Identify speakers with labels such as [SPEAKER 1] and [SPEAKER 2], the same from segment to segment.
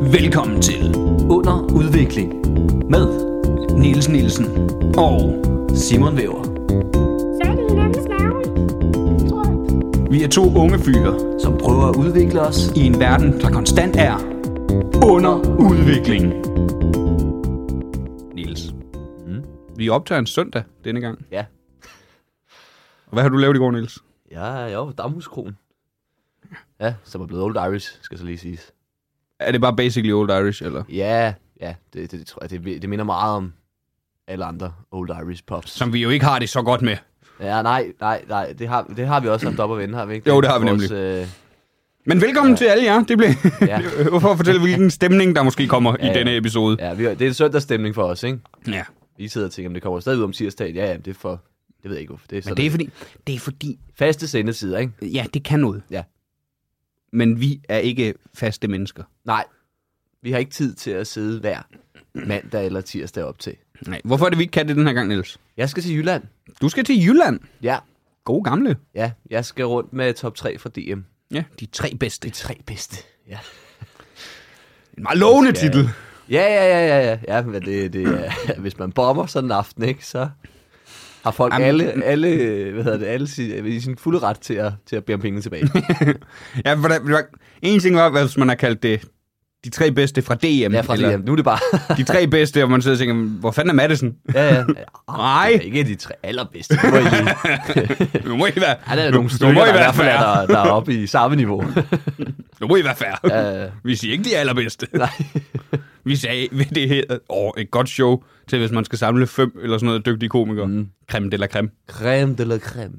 [SPEAKER 1] Velkommen til Under Udvikling med Niels Nielsen og Simon Væver.
[SPEAKER 2] Fat i hinandens navle. Tror jeg.
[SPEAKER 1] Vi er to unge fyre
[SPEAKER 3] som prøver at udvikle os.
[SPEAKER 1] i en verden, der konstant er under udvikling. Niels,
[SPEAKER 3] Mm.
[SPEAKER 1] vi optager en søndag denne gang.
[SPEAKER 3] Ja,
[SPEAKER 1] Og hvad har du lavet i går, Niels?
[SPEAKER 3] jeg er jo på Damhuskronen. Ja, som er blevet Old Irish, skal så lige siges.
[SPEAKER 1] Er det bare basically Old Irish, eller?
[SPEAKER 3] Ja, ja, det, det, det tror jeg, det, det minder meget om alle andre Old Irish pubs.
[SPEAKER 1] Som vi jo ikke har det så godt med.
[SPEAKER 3] Ja, nej, nej, nej, det har, det har vi også haft op og vende, har vi ikke?
[SPEAKER 1] Jo, det har vi
[SPEAKER 3] Vores, Øh,
[SPEAKER 1] Men velkommen ja. til alle jer. Det blev
[SPEAKER 3] Ja.
[SPEAKER 1] ja. for at fortælle, hvilken stemning, der måske kommer ja,
[SPEAKER 3] Ja,
[SPEAKER 1] i
[SPEAKER 3] ja.
[SPEAKER 1] denne episode.
[SPEAKER 3] ja, vi, har- det er en søndagsstemning for os, ikke?
[SPEAKER 1] Ja.
[SPEAKER 3] Vi sidder og tænker, om det kommer stadig ud om tirsdagen. Ja, ja, det er for... Det ved jeg ikke, hvorfor. Det er
[SPEAKER 1] Men
[SPEAKER 3] sådan
[SPEAKER 1] det er fordi, det er fordi
[SPEAKER 3] faste sendesider, ikke?
[SPEAKER 1] ja, det kan noget.
[SPEAKER 3] Ja.
[SPEAKER 1] Men vi er ikke faste mennesker.
[SPEAKER 3] Nej, vi har ikke tid til at sidde hver mandag eller tirsdag op til.
[SPEAKER 1] Nej. Hvorfor er det, vi ikke kan det den her gang, Niels?
[SPEAKER 3] Jeg skal til Jylland.
[SPEAKER 1] Du skal til Jylland.
[SPEAKER 3] Ja,
[SPEAKER 1] God gamle.
[SPEAKER 3] Ja, jeg skal rundt med top 3 fra DM.
[SPEAKER 1] Ja, de tre bedste.
[SPEAKER 3] Tre bedste. Ja,
[SPEAKER 1] En meget lovende
[SPEAKER 3] Ja.
[SPEAKER 1] titel.
[SPEAKER 3] ja, ja, ja, ja. ja. ja men det, det, er- hvis man bomber sådan en aften, ikke, så har folk
[SPEAKER 1] Jamen-
[SPEAKER 3] Jamen, alle, alle, hvad hedder det, alle sin, øh, i sin fulde ret til at, til at bede om pengene tilbage.
[SPEAKER 1] Ja, for der, der, en ting var, hvis man har kaldt det de tre bedste fra DM.
[SPEAKER 3] Ja, fra
[SPEAKER 1] eller
[SPEAKER 3] DM. Nu er det bare...
[SPEAKER 1] De tre bedste, og man sidder og tænker, hvor fanden er Madison?
[SPEAKER 3] ja, ja. Ah,
[SPEAKER 1] Nej.
[SPEAKER 3] det er ikke de tre allerbedste. Det må I lige.
[SPEAKER 1] Nu må I være,
[SPEAKER 3] Ja, der er
[SPEAKER 1] nu-
[SPEAKER 3] nogle
[SPEAKER 1] nu
[SPEAKER 3] stykker,
[SPEAKER 1] må I
[SPEAKER 3] der i
[SPEAKER 1] være
[SPEAKER 3] hvert fald er,
[SPEAKER 1] færre.
[SPEAKER 3] der, der er oppe i samme niveau.
[SPEAKER 1] Nu må I være færre.
[SPEAKER 3] Ja, ja.
[SPEAKER 1] Vi siger ikke de allerbedste.
[SPEAKER 3] Nej.
[SPEAKER 1] Vi sagde ved det her åh, et godt show til, hvis man skal samle fem eller sådan noget dygtige komikere. Mm. Creme de la creme.
[SPEAKER 3] Creme de la creme.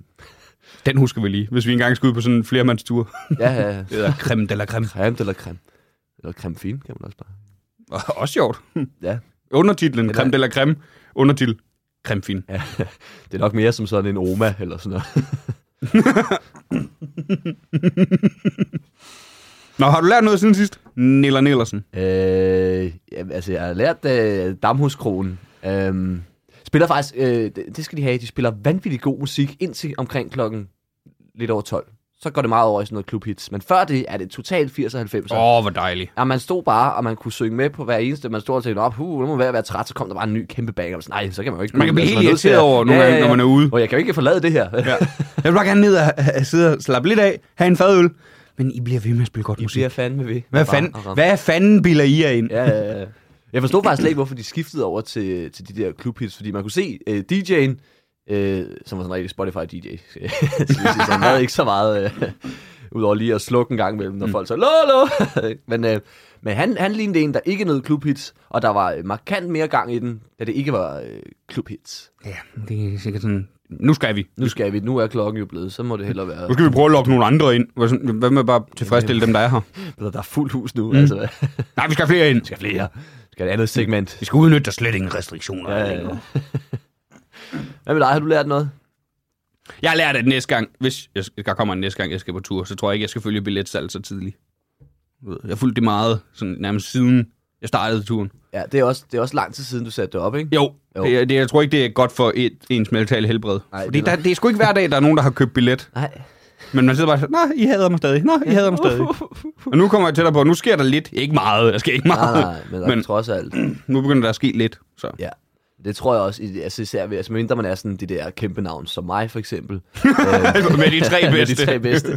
[SPEAKER 1] Den husker vi lige, hvis vi engang skal ud på sådan en flermandstur.
[SPEAKER 3] Ja, ja, ja.
[SPEAKER 1] Det hedder creme de la creme.
[SPEAKER 3] Creme de la creme. Eller creme fin, kan man også bare.
[SPEAKER 1] Og Også sjovt.
[SPEAKER 3] Ja,
[SPEAKER 1] Undertitlen, creme de la creme. Undertitel, creme fin.
[SPEAKER 3] Ja, det er nok mere som sådan en Oma eller sådan noget.
[SPEAKER 1] Nå, har du lært noget siden sidst? Niller Nillersen.
[SPEAKER 3] Øh, ja, altså, jeg har lært øh, Damhuskronen. Øh, spiller faktisk, øh, det, det skal de have, de spiller vanvittig god musik indtil omkring klokken lidt over 12. Så går det meget over i sådan noget klubhits. Men før det er det totalt 80'er og 90'er.
[SPEAKER 1] Åh, oh, hvor dejligt.
[SPEAKER 3] Ja, man stod bare, og man kunne synge med på hver eneste. Man stod og tænkte, op, huh, nu må jeg være træt, så kom der bare en ny kæmpe banger. Sådan, Nej, så kan man jo ikke...
[SPEAKER 1] Man kan blive
[SPEAKER 3] Altså,
[SPEAKER 1] helt
[SPEAKER 3] er nødt til
[SPEAKER 1] irriteret
[SPEAKER 3] at-
[SPEAKER 1] over nogle gange, når man er ude.
[SPEAKER 3] Og jeg kan jo ikke forlade det her. Ja.
[SPEAKER 1] Jeg vil bare gerne ned og øh, sidde og slappe lidt af, have en fadøl. Men I bliver ved med at spille godt
[SPEAKER 3] I
[SPEAKER 1] musik.
[SPEAKER 3] bliver fandme ved.
[SPEAKER 1] Hvad
[SPEAKER 3] Og ram-
[SPEAKER 1] fanden,
[SPEAKER 3] og ram.
[SPEAKER 1] hvad fanden bilder I jer ind?
[SPEAKER 3] Ja, ja, ja. Jeg forstod faktisk slet ikke, hvorfor de skiftede over til, til de der klubhits, fordi man kunne se uh, DJ'en, øh, som var sådan en rigtig Spotify-DJ, så jeg vil sige, så han havde ikke så meget, øh, udover lige at slukke en gang imellem, når mm. folk så, lolo! men øh, men han, han lignede en, der ikke nød klubhits, og der var øh, markant mere gang i den, da det ikke var øh, klubhits.
[SPEAKER 1] ja, det er sikkert sådan... Nu skal vi.
[SPEAKER 3] Nu skal vi, nu er klokken jo blevet, så må det hellere være,
[SPEAKER 1] Nu skal vi prøve at lokke nogle andre ind. Hvad sådan- Hvad med bare tilfredsstille dem, der er her?
[SPEAKER 3] Eller der er fuld hus nu, mm. altså, der
[SPEAKER 1] Nej, vi skal have flere ind.
[SPEAKER 3] skal flere, der skal et andet segment.
[SPEAKER 1] Vi skal udnytte, der slet ingen restriktioner
[SPEAKER 3] Ja,
[SPEAKER 1] er
[SPEAKER 3] ja, ja.
[SPEAKER 1] længere.
[SPEAKER 3] Hvad med dig, har du lært noget?
[SPEAKER 1] Jeg har lært, at næste gang, hvis jeg, skal- der kommer en næste gang, jeg skal på tur, så tror jeg ikke, jeg skal følge billetsalg så tidligt. Du ved, Jeg har fulgt det meget, sådan nærmest siden jeg startede turen.
[SPEAKER 3] Ja, det er, også, det er også lang tid siden, du satte det op, ikke?
[SPEAKER 1] Jo,
[SPEAKER 3] Jo.
[SPEAKER 1] Det, er- det, jeg tror ikke, det er godt for et, ens mentale helbred.
[SPEAKER 3] Nej,
[SPEAKER 1] Nej, Fordi
[SPEAKER 3] det er-
[SPEAKER 1] der, det er sgu ikke hver dag, der er nogen, der har købt billet.
[SPEAKER 3] Nej.
[SPEAKER 1] Men man sidder bare sådan, nå, I hader mig stadig. Nå, I hader mig stadig. Og nu kommer jeg tættere på, nu sker der lidt. Ikke meget, der sker ikke
[SPEAKER 3] Nej,
[SPEAKER 1] meget.
[SPEAKER 3] nej, men, der er
[SPEAKER 1] Men-
[SPEAKER 3] trods alt.
[SPEAKER 1] Nu begynder der at ske lidt. Så.
[SPEAKER 3] Ja. Det tror jeg også, i- altså især ved, altså mindre man er sådan det der kæmpe navn, som mig for eksempel. øh,
[SPEAKER 1] Med de tre
[SPEAKER 3] med
[SPEAKER 1] bedste.
[SPEAKER 3] de tre bedste.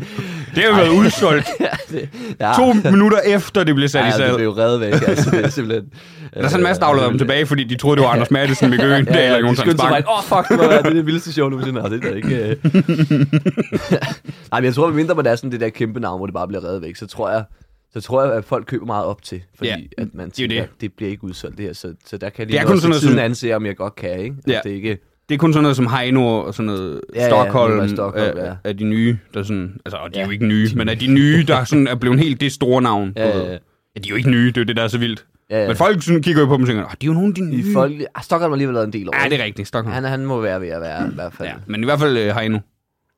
[SPEAKER 1] Det har jo været udsolgt
[SPEAKER 3] ja, det, ja.
[SPEAKER 1] to minutter efter, det blev sat i
[SPEAKER 3] ja,
[SPEAKER 1] salg.
[SPEAKER 3] det blev reddet væk, altså det er simpelthen... Øh,
[SPEAKER 1] Der er sådan en masse, der afleverede dem tilbage, fordi de troede, det var Anders Madsen med Gøen, ja, ja, eller Jon Sands Bang.
[SPEAKER 3] Åh, oh, fuck, det var det, er det vildeste show nogensinde. Nej, det er da ikke... Øh... Nej, men jeg tror, at mindre man er sådan det der kæmpe navn, hvor det bare bliver reddet væk, så tror jeg, så tror jeg, at folk køber meget op til, fordi
[SPEAKER 1] Ja,
[SPEAKER 3] at man
[SPEAKER 1] det er jo det.
[SPEAKER 3] tænker, at det bliver ikke udsolgt det her, så, så der kan jeg
[SPEAKER 1] Det
[SPEAKER 3] lige
[SPEAKER 1] er
[SPEAKER 3] det
[SPEAKER 1] kun
[SPEAKER 3] er
[SPEAKER 1] sådan
[SPEAKER 3] kun
[SPEAKER 1] noget
[SPEAKER 3] sådan
[SPEAKER 1] som-
[SPEAKER 3] noget, anse, om jeg godt kan, ikke?
[SPEAKER 1] Ja.
[SPEAKER 3] At det ikke...
[SPEAKER 1] Det er kun sådan noget som Heino og sådan noget
[SPEAKER 3] Ja, ja,
[SPEAKER 1] Stockholm,
[SPEAKER 3] det
[SPEAKER 1] ja,
[SPEAKER 3] var Stockholm,
[SPEAKER 1] er,
[SPEAKER 3] ja.
[SPEAKER 1] er de nye, der sådan... Altså, og de er jo
[SPEAKER 3] Ja.
[SPEAKER 1] ikke nye, men er de nye, der sådan er blevet helt det store navn. du
[SPEAKER 3] Ja, ja,
[SPEAKER 1] ved.
[SPEAKER 3] ja.
[SPEAKER 1] ja, de er jo ikke nye, det er jo det, der er så vildt.
[SPEAKER 3] Ja, ja.
[SPEAKER 1] Men folk sådan, kigger jo på dem og tænker, åh, de er jo nogle af de nye.
[SPEAKER 3] I folk... Ah, Stockholm har alligevel lavet en del over.
[SPEAKER 1] Ja, det
[SPEAKER 3] ikke?
[SPEAKER 1] er rigtigt, Stockholm.
[SPEAKER 3] han, han må være ved at være i hvert fald.
[SPEAKER 1] Ja,
[SPEAKER 3] Ja,
[SPEAKER 1] men i hvert fald øh, Heino.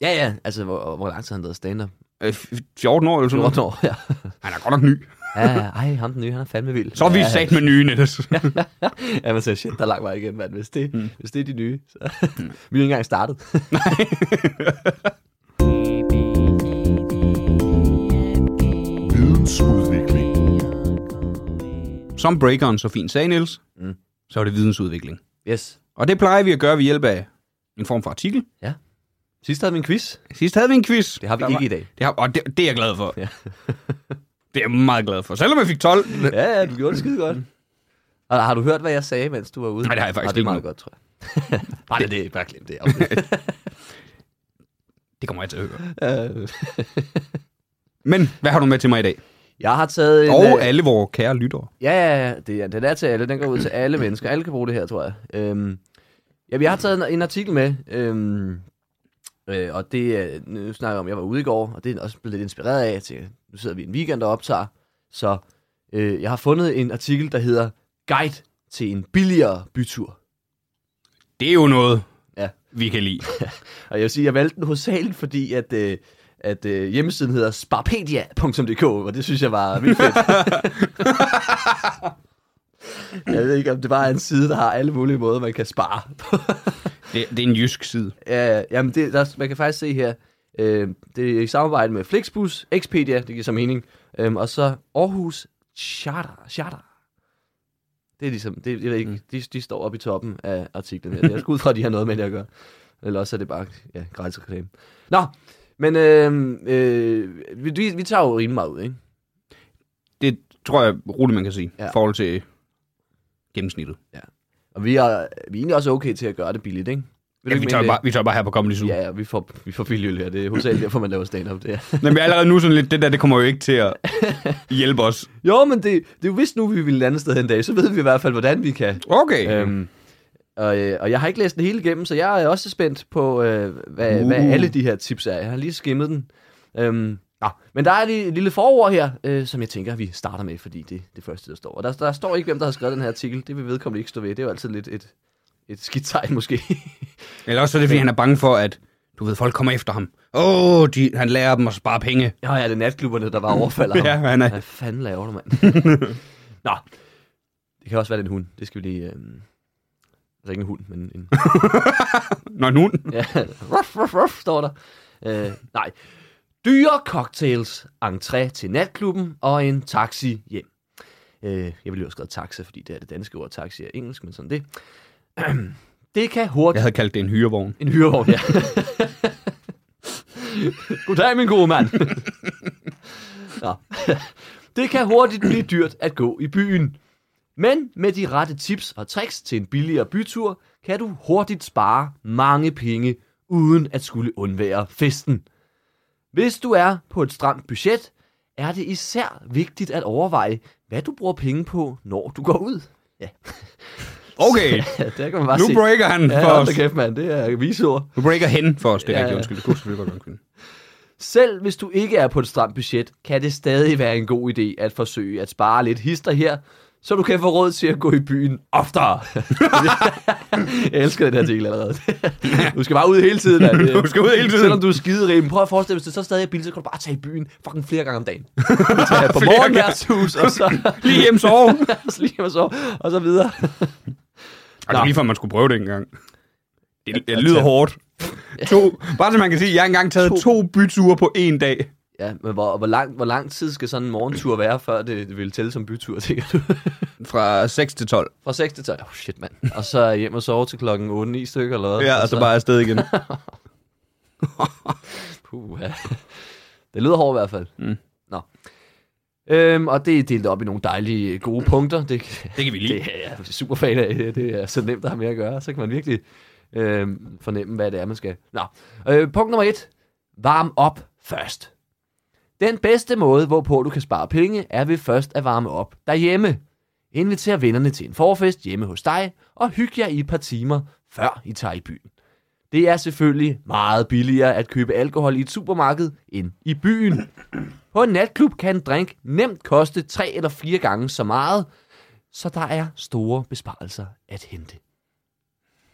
[SPEAKER 3] ja. ja. Altså, hvor, hvor lang tid har han lavet stand-up?
[SPEAKER 1] Øh, f- 14 år eller sådan
[SPEAKER 3] 14
[SPEAKER 1] noget.
[SPEAKER 3] år, ja.
[SPEAKER 1] Han er godt nok ny.
[SPEAKER 3] ja. ja. Ej, ham den nye, han er fandme vild.
[SPEAKER 1] Så er vi
[SPEAKER 3] ja,
[SPEAKER 1] sat med nye, Niels.
[SPEAKER 3] Ja, man sagde, shit, der er lang vej igen, mand. Hvis det, mm. hvis det er de nye, så... vi er jo ikke engang startet.
[SPEAKER 4] Vidensudvikling.
[SPEAKER 1] Som breakeren så fint sagde, Niels,
[SPEAKER 3] Mm.
[SPEAKER 1] mm. så er det vidensudvikling.
[SPEAKER 3] Yes.
[SPEAKER 1] Og det plejer vi at gøre ved hjælp af en form for artikel.
[SPEAKER 3] Sidst havde vi en quiz.
[SPEAKER 1] Sidst havde vi en quiz.
[SPEAKER 3] Det har vi
[SPEAKER 1] Der
[SPEAKER 3] ikke
[SPEAKER 1] var-
[SPEAKER 3] i dag.
[SPEAKER 1] Det har, og det, det er jeg glad for.
[SPEAKER 3] Ja.
[SPEAKER 1] Ja. det er jeg meget glad for. Selvom jeg fik 12. Nej,
[SPEAKER 3] Ja, ja, du gjorde det skide godt. Og har du hørt, hvad jeg sagde, mens du var ude?
[SPEAKER 1] Nej, det har jeg faktisk
[SPEAKER 3] Og det er
[SPEAKER 1] ikke
[SPEAKER 3] meget
[SPEAKER 1] nu.
[SPEAKER 3] godt, tror jeg. bare det, det, bare glem det. afsnit.
[SPEAKER 1] det kommer jeg til at høre.
[SPEAKER 3] Øh,
[SPEAKER 1] Men hvad har du med til mig i dag?
[SPEAKER 3] jeg har taget en...
[SPEAKER 1] Og
[SPEAKER 3] øh,
[SPEAKER 1] alle vores kære lyttere.
[SPEAKER 3] Ja, ja, ja. Det, er- den er til alle. Den går ud til alle mennesker. Alle kan bruge det her, tror jeg. Øhm, ja, jeg har taget en, en artikel med, øhm, øh, og det er- nu snakker jeg om, jeg var ude i går, og det er også blevet lidt inspireret af, til, nu sidder vi en weekend og optager, så øh, jeg har fundet en artikel, der hedder Guide til en billigere bytur.
[SPEAKER 1] Det er jo noget,
[SPEAKER 3] Ja.
[SPEAKER 1] ja. vi kan lide.
[SPEAKER 3] Og jeg vil sige, jeg valgte den hovedsageligt, fordi at, øh, at øh, hjemmesiden hedder sparpedia.dk, og det synes jeg var vildt fedt. jeg ved ikke, om det bare er en side, der har alle mulige måder, man kan spare.
[SPEAKER 1] Det, det er en jysk side.
[SPEAKER 3] ja, jamen det, der, man kan faktisk se her, øh, det er i samarbejde med Flixbus, Expedia, det giver så mening, øh, og så Aarhus Charter. Charter. Det er ligesom, det, jeg ved
[SPEAKER 1] Mm.
[SPEAKER 3] ikke, de, de står oppe i toppen af artiklen her. Jeg skal ud fra, at de har noget med det at gøre. Eller også er det bare ja, gratis reklame. Nå, men øh, øh, vi, vi, vi tager jo rimelig meget ud, ikke?
[SPEAKER 1] Det tror jeg roligt, man kan sige.
[SPEAKER 3] Ja.
[SPEAKER 1] Ja. I forhold til gennemsnittet.
[SPEAKER 3] Og vi er, vi er egentlig også okay til at gøre det billigt, ikke? Vil
[SPEAKER 1] Ja,
[SPEAKER 3] du ikke
[SPEAKER 1] vi,
[SPEAKER 3] mene
[SPEAKER 1] tager
[SPEAKER 3] det?
[SPEAKER 1] bare, vi tager bare her på Comedy Zoo.
[SPEAKER 3] Ja, ja, vi får, vi får billig øl her. Det er hovedsageligt derfor, man laver stand-up. Det er.
[SPEAKER 1] Nå, Men allerede nu sådan lidt, det der, det kommer jo ikke til at hjælpe os.
[SPEAKER 3] Jo, men det, det er jo vist nu, vi vil et andet sted en dag, så ved vi i hvert fald, hvordan vi kan.
[SPEAKER 1] Okay. Øhm.
[SPEAKER 3] Øhm, og, øh, og jeg har ikke læst den hele igennem, så jeg er også spændt på, øh, hvad, uh.
[SPEAKER 1] Uh.
[SPEAKER 3] hvad alle de her tips er. Jeg har lige skimmet den. Øhm, nå, men der er lige et lille forord her, øh, som jeg tænker, vi starter med, fordi det er det første, der står. Og der, der står ikke, hvem der har skrevet den her artikel. Det vil vedkommende ikke stå ved. Det er jo altid lidt et, et skidt tegn, måske.
[SPEAKER 1] Eller også er det, fordi han er bange for, at du ved, folk kommer efter ham. Åh, oh, han lærer dem at spare penge.
[SPEAKER 3] Nå ja, det er natklubberne, der bare overfalder ham.
[SPEAKER 1] Ja, han er.
[SPEAKER 3] Hvad fanden laver du, mand? Nå, det kan også være, det er en hund. Det skal vi lige... Øh... Altså ikke en hund, men en...
[SPEAKER 1] Nå, nu.
[SPEAKER 3] ja, ruff, ruff, ruff, står der. Øh, nej. Dyre cocktails, entré til natklubben og en taxi hjem. Øh, jeg ville jo have skrevet taxa, fordi det er det danske ord. Taxi er engelsk, men sådan det. Det kan hurtigt...
[SPEAKER 1] Jeg havde kaldt det en hyrevogn.
[SPEAKER 3] En hyrevogn, ja. Goddag, min gode mand. Nå. Det kan hurtigt blive dyrt at gå i byen. Men med de rette tips og tricks til en billigere bytur, kan du hurtigt spare mange penge, uden at skulle undvære festen. Hvis du er på et stramt budget, er det især vigtigt at overveje, hvad du bruger penge på, når du går ud. Ja,
[SPEAKER 1] Okay,
[SPEAKER 3] der kan man bare
[SPEAKER 1] nu
[SPEAKER 3] se.
[SPEAKER 1] breaker han for
[SPEAKER 3] Ja, hold
[SPEAKER 1] os.
[SPEAKER 3] da kæft, mand. Det er visord.
[SPEAKER 1] Nu breaker hen for os, det er
[SPEAKER 3] Ja,
[SPEAKER 1] rigtigt.
[SPEAKER 3] ja.
[SPEAKER 1] Undskyld, det kunne selvfølgelig godt være en kvinde.
[SPEAKER 3] Selv hvis du ikke er på et stramt budget, kan det stadig være en god idé at forsøge at spare lidt hister her, så du kan få råd til at gå i byen oftere. jeg elsker den her artikel allerede. du skal bare ud hele tiden. mand. Det-
[SPEAKER 1] Du skal ud hele tiden.
[SPEAKER 3] Selvom du er skiderig, men prøv at forestille dig, hvis det så stadig er billigt, så kan du bare tage i byen fucking flere gange om dagen. Du tager på
[SPEAKER 1] Flere
[SPEAKER 3] morgenværtshus, og så,
[SPEAKER 1] Lige hjem sove.
[SPEAKER 3] så lige og så, og så videre.
[SPEAKER 1] Og det
[SPEAKER 3] Nå.
[SPEAKER 1] er lige før, man skulle prøve det engang. Det, det lyder hårdt. To, bare så man kan sige, jeg har engang taget
[SPEAKER 3] To.
[SPEAKER 1] to, to byture på en dag.
[SPEAKER 3] Ja, men hvor, hvor, lang, hvor lang tid skal sådan en morgentur være, før det, det vil tælle som bytur, tænker du?
[SPEAKER 1] Fra 6 til 12.
[SPEAKER 3] Fra 6 til 12. Oh, shit, mand. Og så hjem og sove til klokken 8-9 stykker eller hvad?
[SPEAKER 1] Ja, og så bare afsted igen.
[SPEAKER 3] Puh, ja. Det lyder hårdt i hvert fald. Mm. Nå. Øhm, og det er delt op i nogle dejlige gode punkter. Det,
[SPEAKER 1] Det kan vi lide.
[SPEAKER 3] det er jeg super fan af. Det, det er så nemt at have med at gøre. Så kan man virkelig øhm, fornemme, hvad det er, man skal. Nå. Øh, punkt nummer et. Varm op først. Den bedste måde, hvorpå du kan spare penge, er ved først at varme op derhjemme. Inviter vennerne til en forfest hjemme hos dig, og hyg jer i et par timer, før I tager i byen. Det er selvfølgelig meget billigere at købe alkohol i et supermarked end i byen. På en natklub kan en drink nemt koste tre eller fire gange så meget, så der er store besparelser at hente.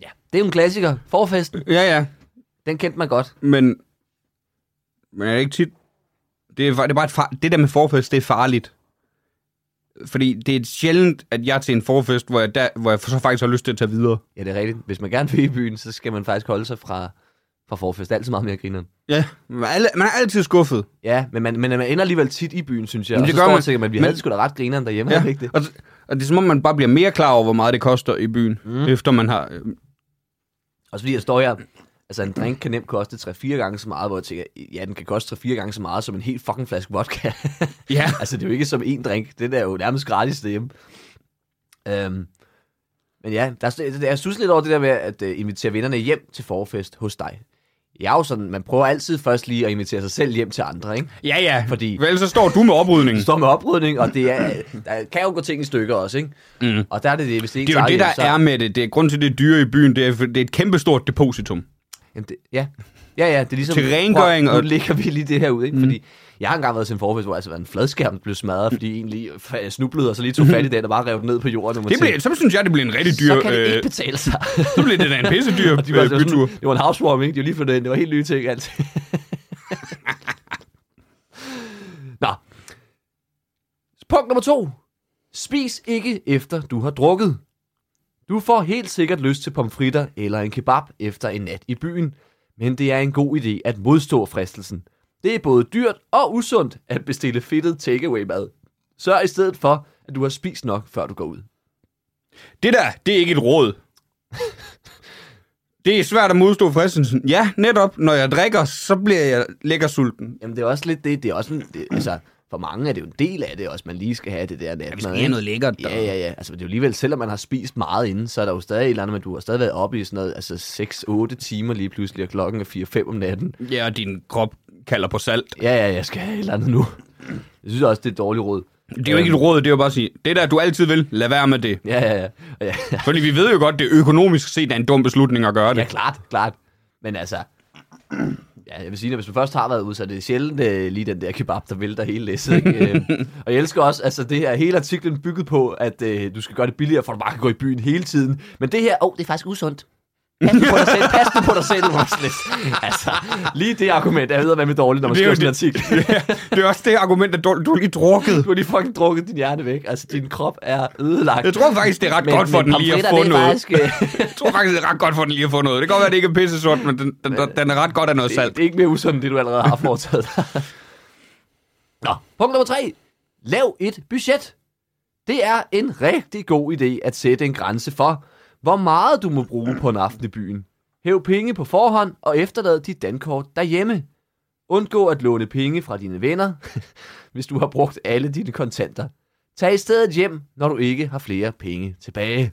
[SPEAKER 3] Ja, det er jo en klassiker. Forfesten,
[SPEAKER 1] Ja, ja.
[SPEAKER 3] den kendte man godt.
[SPEAKER 1] Men, men er det ikke tit... Det er, fa- det, er bare et far, det der med forfest, det er farligt. Fordi det er sjældent, at jeg er til en forfest, hvor jeg, der, hvor jeg så faktisk har lyst til at tage videre.
[SPEAKER 3] Ja, det er rigtigt. Hvis man gerne vil i byen, så skal man faktisk holde sig fra, fra forfest. Det er altid meget mere grineren.
[SPEAKER 1] Ja, man er, alle, man er altid skuffet.
[SPEAKER 3] Ja, men man, men man ender alligevel tit i byen, synes jeg.
[SPEAKER 1] Men
[SPEAKER 3] Og
[SPEAKER 1] det
[SPEAKER 3] så
[SPEAKER 1] gør
[SPEAKER 3] står
[SPEAKER 1] man.
[SPEAKER 3] og tænker man, vi
[SPEAKER 1] Men-
[SPEAKER 3] havde sgu da ret grineren derhjemme, ja. ikke det?
[SPEAKER 1] Og, Og det er som om, man bare bliver mere klar over, hvor meget det koster i byen, mm. efter man har... øh,
[SPEAKER 3] Også fordi jeg står her, altså en drink kan nemt koste 3-4 gange så meget, hvor jeg tænker, ja, den kan koste 3-4 gange så meget som en helt fucking flaske vodka.
[SPEAKER 1] Ja,
[SPEAKER 3] altså, det er jo ikke som en drink. Den er jo nærmest gratis derhjemme. Øhm, men ja, der, er- altså, jeg synes lidt over det der med at øh, invitere vennerne hjem til forfest hos dig. Jeg er jo sådan, man prøver altid først lige at invitere sig selv hjem til andre, ikke?
[SPEAKER 1] ja, ja.
[SPEAKER 3] Fordi-
[SPEAKER 1] Vel, så står du med oprydningen.
[SPEAKER 3] Du står med oprydning, og det er, der kan jo gå ting i stykker også, ikke? Mm. Og der er det det, hvis det ikke
[SPEAKER 1] Det er jo
[SPEAKER 3] tager
[SPEAKER 1] det,
[SPEAKER 3] hjem,
[SPEAKER 1] der
[SPEAKER 3] så...
[SPEAKER 1] er med det. det er, grunden til, det er dyre i byen, det er, for det er et kæmpestort depositum.
[SPEAKER 3] Jamen det, ja. ja, ja, det er ligesom...
[SPEAKER 1] Til rengøring
[SPEAKER 3] Prøv,
[SPEAKER 1] og- Mm.
[SPEAKER 3] Nu lægger vi lige det her ud, ikke? Fordi jeg har engang været til en forfest, hvor altså en fladskærm blev smadret, fordi en lige f- snublede, og så lige tog fat i den og bare rev den ned på jorden. og man
[SPEAKER 1] Det
[SPEAKER 3] tænkte,
[SPEAKER 1] bliver, så synes jeg, det bliver en rigtig dyr...
[SPEAKER 3] så kan det ikke
[SPEAKER 1] øh,
[SPEAKER 3] betale sig.
[SPEAKER 1] så bliver det da en pissedyr
[SPEAKER 3] Og de var,
[SPEAKER 1] øh,
[SPEAKER 3] altså
[SPEAKER 1] bytur.
[SPEAKER 3] sådan, det var en housewarming, de var lige fundet ind. Det var helt nye ting, alt. Nå. Punkt nummer to. Spis ikke efter du har drukket. Du får helt sikkert lyst til pomfritter eller en kebab efter en nat i byen, men det er en god idé at modstå fristelsen. Det er både dyrt og usundt at bestille fedtet takeaway-mad. Sørg i stedet for, at du har spist nok, før du går ud.
[SPEAKER 1] Det der, det er ikke et råd. Det er svært at modstå fristelsen. Ja, netop. Når jeg drikker, så bliver jeg lækker sulten.
[SPEAKER 3] Jamen, det er også lidt det. Det er også en, det, altså, for mange er det jo en del af det også, man lige skal have det der natmad. ikke?
[SPEAKER 1] lækkert.
[SPEAKER 3] Ja, ja, ja. Altså, det er jo alligevel, selvom man har spist meget inden, så er der jo stadig et eller andet, men du har stadig været oppe i sådan noget, altså 6-8 timer lige pludselig, og klokken er 4-5 om natten.
[SPEAKER 1] Ja, og din krop kalder på salt.
[SPEAKER 3] Ja, ja, jeg skal have et eller andet nu. Jeg synes også, det er et dårligt råd.
[SPEAKER 1] Det er jo ikke et råd, det er jo bare at sige, det der, du altid vil, lad være med det.
[SPEAKER 3] Øhm, Ja, ja, ja. Og ja.
[SPEAKER 1] Fordi vi ved jo godt, det økonomisk set er en dum beslutning at gøre det.
[SPEAKER 3] Ja, klart, klart. Men altså, ja, jeg vil sige, at hvis man først har været ude, så er det sjældent øh, lige den der kebab, der vælter hele læsset. Ikke? Øh, og jeg elsker også, altså det her hele artiklen bygget på, at øh, du skal gøre det billigere, for at du bare kan gå i byen hele tiden. Men det her, åh, oh, det er faktisk usundt. Pas nu på dig selv, pas nu på dig selv, Rosles. Altså, lige det argument er hedder med dårligt, når man
[SPEAKER 1] Det er
[SPEAKER 3] skriver
[SPEAKER 1] jo
[SPEAKER 3] sådan en artikel.
[SPEAKER 1] Det er også det argument, at du, du er lige drukket.
[SPEAKER 3] Du har lige fucking drukket din hjerne væk. Altså, din krop er ødelagt.
[SPEAKER 1] Jeg tror faktisk, det er ret
[SPEAKER 3] Men-
[SPEAKER 1] godt for
[SPEAKER 3] men
[SPEAKER 1] den lige at
[SPEAKER 3] pomfritter,
[SPEAKER 1] få
[SPEAKER 3] det er
[SPEAKER 1] noget.
[SPEAKER 3] faktisk, øh,
[SPEAKER 1] Jeg tror faktisk, det er ret godt for den lige at få noget. Det kan godt være, det ikke er pisse sort, men den, den, den, den er ret godt af noget
[SPEAKER 3] Det,
[SPEAKER 1] salt.
[SPEAKER 3] det er ikke mere usundt, det du allerede har foretaget dig. Nå, punkt nummer tre. Lav et budget. Det er en rigtig god idé at sætte en grænse for, hvor meget du må bruge på en aften i byen. Hæv penge på forhånd og efterlad dit dankort derhjemme. Undgå at låne penge fra dine venner, hvis du har brugt alle dine kontanter. Tag i stedet hjem, når du ikke har flere penge tilbage.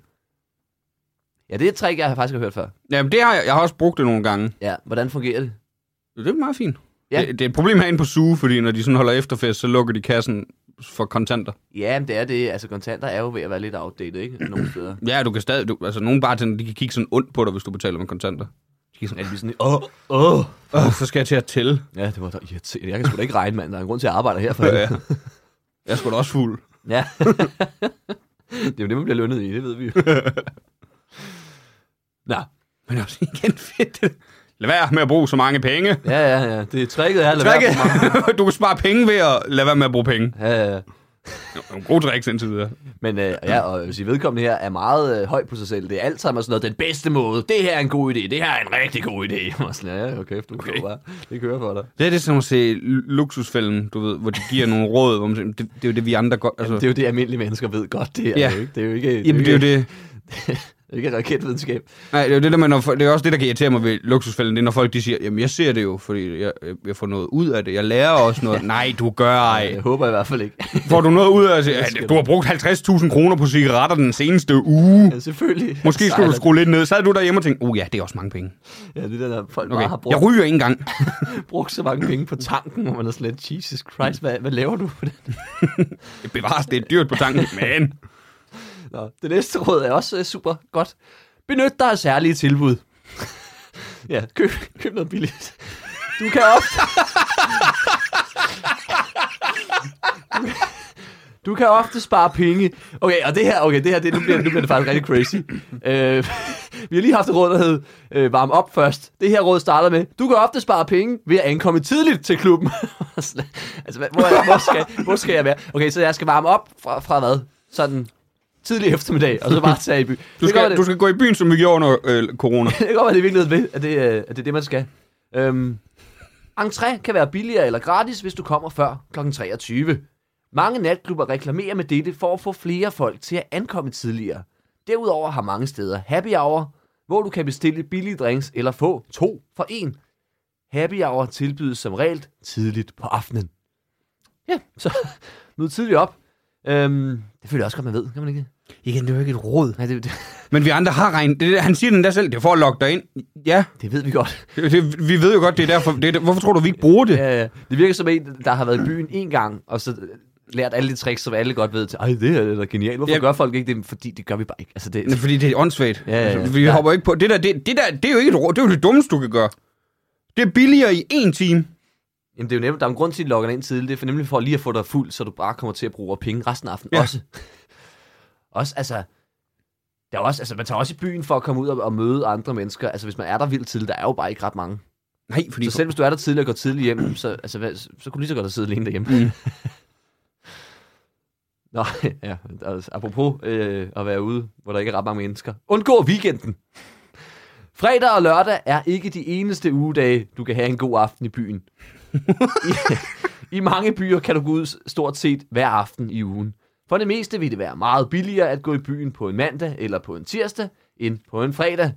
[SPEAKER 3] Ja, det er et trick, jeg faktisk har hørt før.
[SPEAKER 1] Jamen, det har jeg, jeg har også brugt det nogle gange.
[SPEAKER 3] Ja, hvordan fungerer det?
[SPEAKER 1] Det er meget fint.
[SPEAKER 3] Ja.
[SPEAKER 1] Ja. Det, det er et problem herinde på Zoo, fordi når de sådan holder efterfest, så lukker de kassen for kontanter.
[SPEAKER 3] Ja, men det er det. Altså, kontanter er jo ved at være lidt outdated, ikke? Nogle steder.
[SPEAKER 1] Ja, du kan stadig... Du, altså, nogle bartender, de kan kigge sådan ondt på dig, hvis du betaler med kontanter. De kan sådan,
[SPEAKER 3] Er det sådan, åh, åh.
[SPEAKER 1] Åh, så skal jeg til at tælle.
[SPEAKER 3] Ja, det var da irriterende. Jeg kan sgu da ikke regne, mand. Der er en grund til, at jeg arbejder her. For
[SPEAKER 1] Ja. Jeg er sgu da også fuld.
[SPEAKER 3] ja. det er jo det, man bliver lønnet i, det ved vi jo. Nå,
[SPEAKER 1] Men det er også igen fedt. Lad være med at bruge så mange penge.
[SPEAKER 3] ja, ja, ja. Det er tricket er, at lade være for meget.
[SPEAKER 1] Tricket. Du kan spare penge ved at lade være med at bruge penge.
[SPEAKER 3] Ja, ja, ja.
[SPEAKER 1] Nogle gode tricks indtil videre.
[SPEAKER 3] Men øh, ja, og jeg vil sige, vedkommende her er meget øh, høj på sig selv. Det er alt sammen sådan noget, den bedste måde. Det her er en god idé. Det her er en rigtig god idé. Og sådan, ja, okay, du okay. bare. Det kører for dig.
[SPEAKER 1] Det er det som at se luksusfælden, du ved, hvor de giver nogle råd. Hvor man, siger, det, det er jo det, vi andre godt... Altså,
[SPEAKER 3] Det er jo det, almindelige mennesker ved godt. Det, er,
[SPEAKER 1] Ja.
[SPEAKER 3] det, jo ikke, det er jo ikke...
[SPEAKER 1] jamen, det er jo det.
[SPEAKER 3] Det er ikke raketvidenskab.
[SPEAKER 1] Nej, det er, jo det, der, med, når, folk- det er også det, der kan irritere mig ved luksusfælden, det er, når folk de siger, jamen jeg ser det jo, fordi jeg, jeg- jeg får noget ud af det, jeg lærer også noget. Nej, du gør ej.
[SPEAKER 3] Jeg håber i hvert fald ikke.
[SPEAKER 1] Får du noget ud af det? Ja, Du har brugt 50.000 kroner på cigaretter den seneste uge.
[SPEAKER 3] Ja, selvfølgelig.
[SPEAKER 1] Måske skulle du
[SPEAKER 3] Sejler.
[SPEAKER 1] skrue lidt ned. Sad du derhjemme og tænkte, oh ja, det er også mange penge.
[SPEAKER 3] Ja, det der, der folk okay.
[SPEAKER 1] Okay,
[SPEAKER 3] bare har brugt,
[SPEAKER 1] jeg ryger ikke engang.
[SPEAKER 3] brugt så mange penge på tanken, hvor man er slet, Jesus Christ, hvad, hvad laver du for det?
[SPEAKER 1] Det Bevares, det er dyrt på tanken, men...
[SPEAKER 3] Nå, det næste råd er også uh, super godt. Benyt dig af særlige tilbud. ja, køb, køb noget billigt. Du kan ofte... Du kan ofte spare penge. Okay, og det her, okay, det her, det, nu, bliver, nu bliver det faktisk rigtig crazy. Øh, vi har lige haft et råd, der hed øh, varm op først. Det her råd starter med, du kan ofte spare penge ved at ankomme tidligt til klubben. altså, hvad, hvor, hvor, skal, hvor skal jeg være? Okay, så jeg skal varme op fra, fra hvad? Sådan tidlig eftermiddag, og så bare tage i by.
[SPEAKER 1] Du
[SPEAKER 3] det, kan godt være,
[SPEAKER 1] skal,
[SPEAKER 3] det,
[SPEAKER 1] du skal gå i byen, som vi gjorde under øh, corona.
[SPEAKER 3] det kan godt være, det er virkelig ved, at det, øh, at det er det, man skal. Øhm, entré kan være billigere eller gratis, hvis du kommer før kl. 23. Mange natklubber reklamerer med dette for at få flere folk til at ankomme tidligere. Derudover har mange steder happy hour, hvor du kan bestille billige drinks eller få to for en. Happy hour tilbydes som regel tidligt på aftenen. Ja, så nu tidligt op. Øhm, det føler jeg også godt, man ved, kan man ikke det?
[SPEAKER 1] Igen, det er jo ikke et råd.
[SPEAKER 3] Nej, det, det,
[SPEAKER 1] Men vi andre har regnet. Det, er det- han siger den der selv, det er for at lokke dig ind. Ja,
[SPEAKER 3] det ved vi godt.
[SPEAKER 1] det, det, vi ved jo godt, det er derfor. Det, er det, hvorfor tror du, vi ikke bruger det?
[SPEAKER 3] Ja, ja. Det virker som en, der har været i byen en gang, og så lært alle de tricks, som alle godt ved til. Ej, det er da genialt. Hvorfor
[SPEAKER 1] Ja.
[SPEAKER 3] ja. gør folk ikke det? Fordi det gør vi bare ikke. Altså, det,
[SPEAKER 1] Ja. Fordi det er åndssvagt.
[SPEAKER 3] Ja, ja, ja.
[SPEAKER 1] Altså, Vi
[SPEAKER 3] Ja.
[SPEAKER 1] hopper ikke på. Det der, det, det der, det er jo ikke et råd. Det er jo det dummeste, du kan gøre. Det er billigere i én time.
[SPEAKER 3] Jamen, det er jo nemt. Der er en grund til, at de logger dig ind tidligt. Det er for nemlig for lige at få dig fuld, så du bare kommer til at bruge penge resten af aftenen
[SPEAKER 1] Ja.
[SPEAKER 3] ja. også. også, altså... Der er også, altså, man tager også i byen for at komme ud og, og møde andre mennesker. Altså, hvis man er der vildt tidligt, der er jo bare ikke ret mange.
[SPEAKER 1] Nej, fordi...
[SPEAKER 3] Så selv hvis du er der tidligt og går tidligt hjem, så, altså, hvad, så, så kunne du lige så godt have siddet alene derhjemme.
[SPEAKER 1] Mm.
[SPEAKER 3] Nå, ja, altså, apropos øh, at være ude, hvor der ikke er ret mange mennesker. Undgå weekenden! Fredag og lørdag er ikke de eneste ugedage, du kan have en god aften i byen. I, I mange byer kan du gå ud stort set hver aften i ugen. For det meste vil det være meget billigere at gå i byen på en mandag eller på en tirsdag end på en fredag.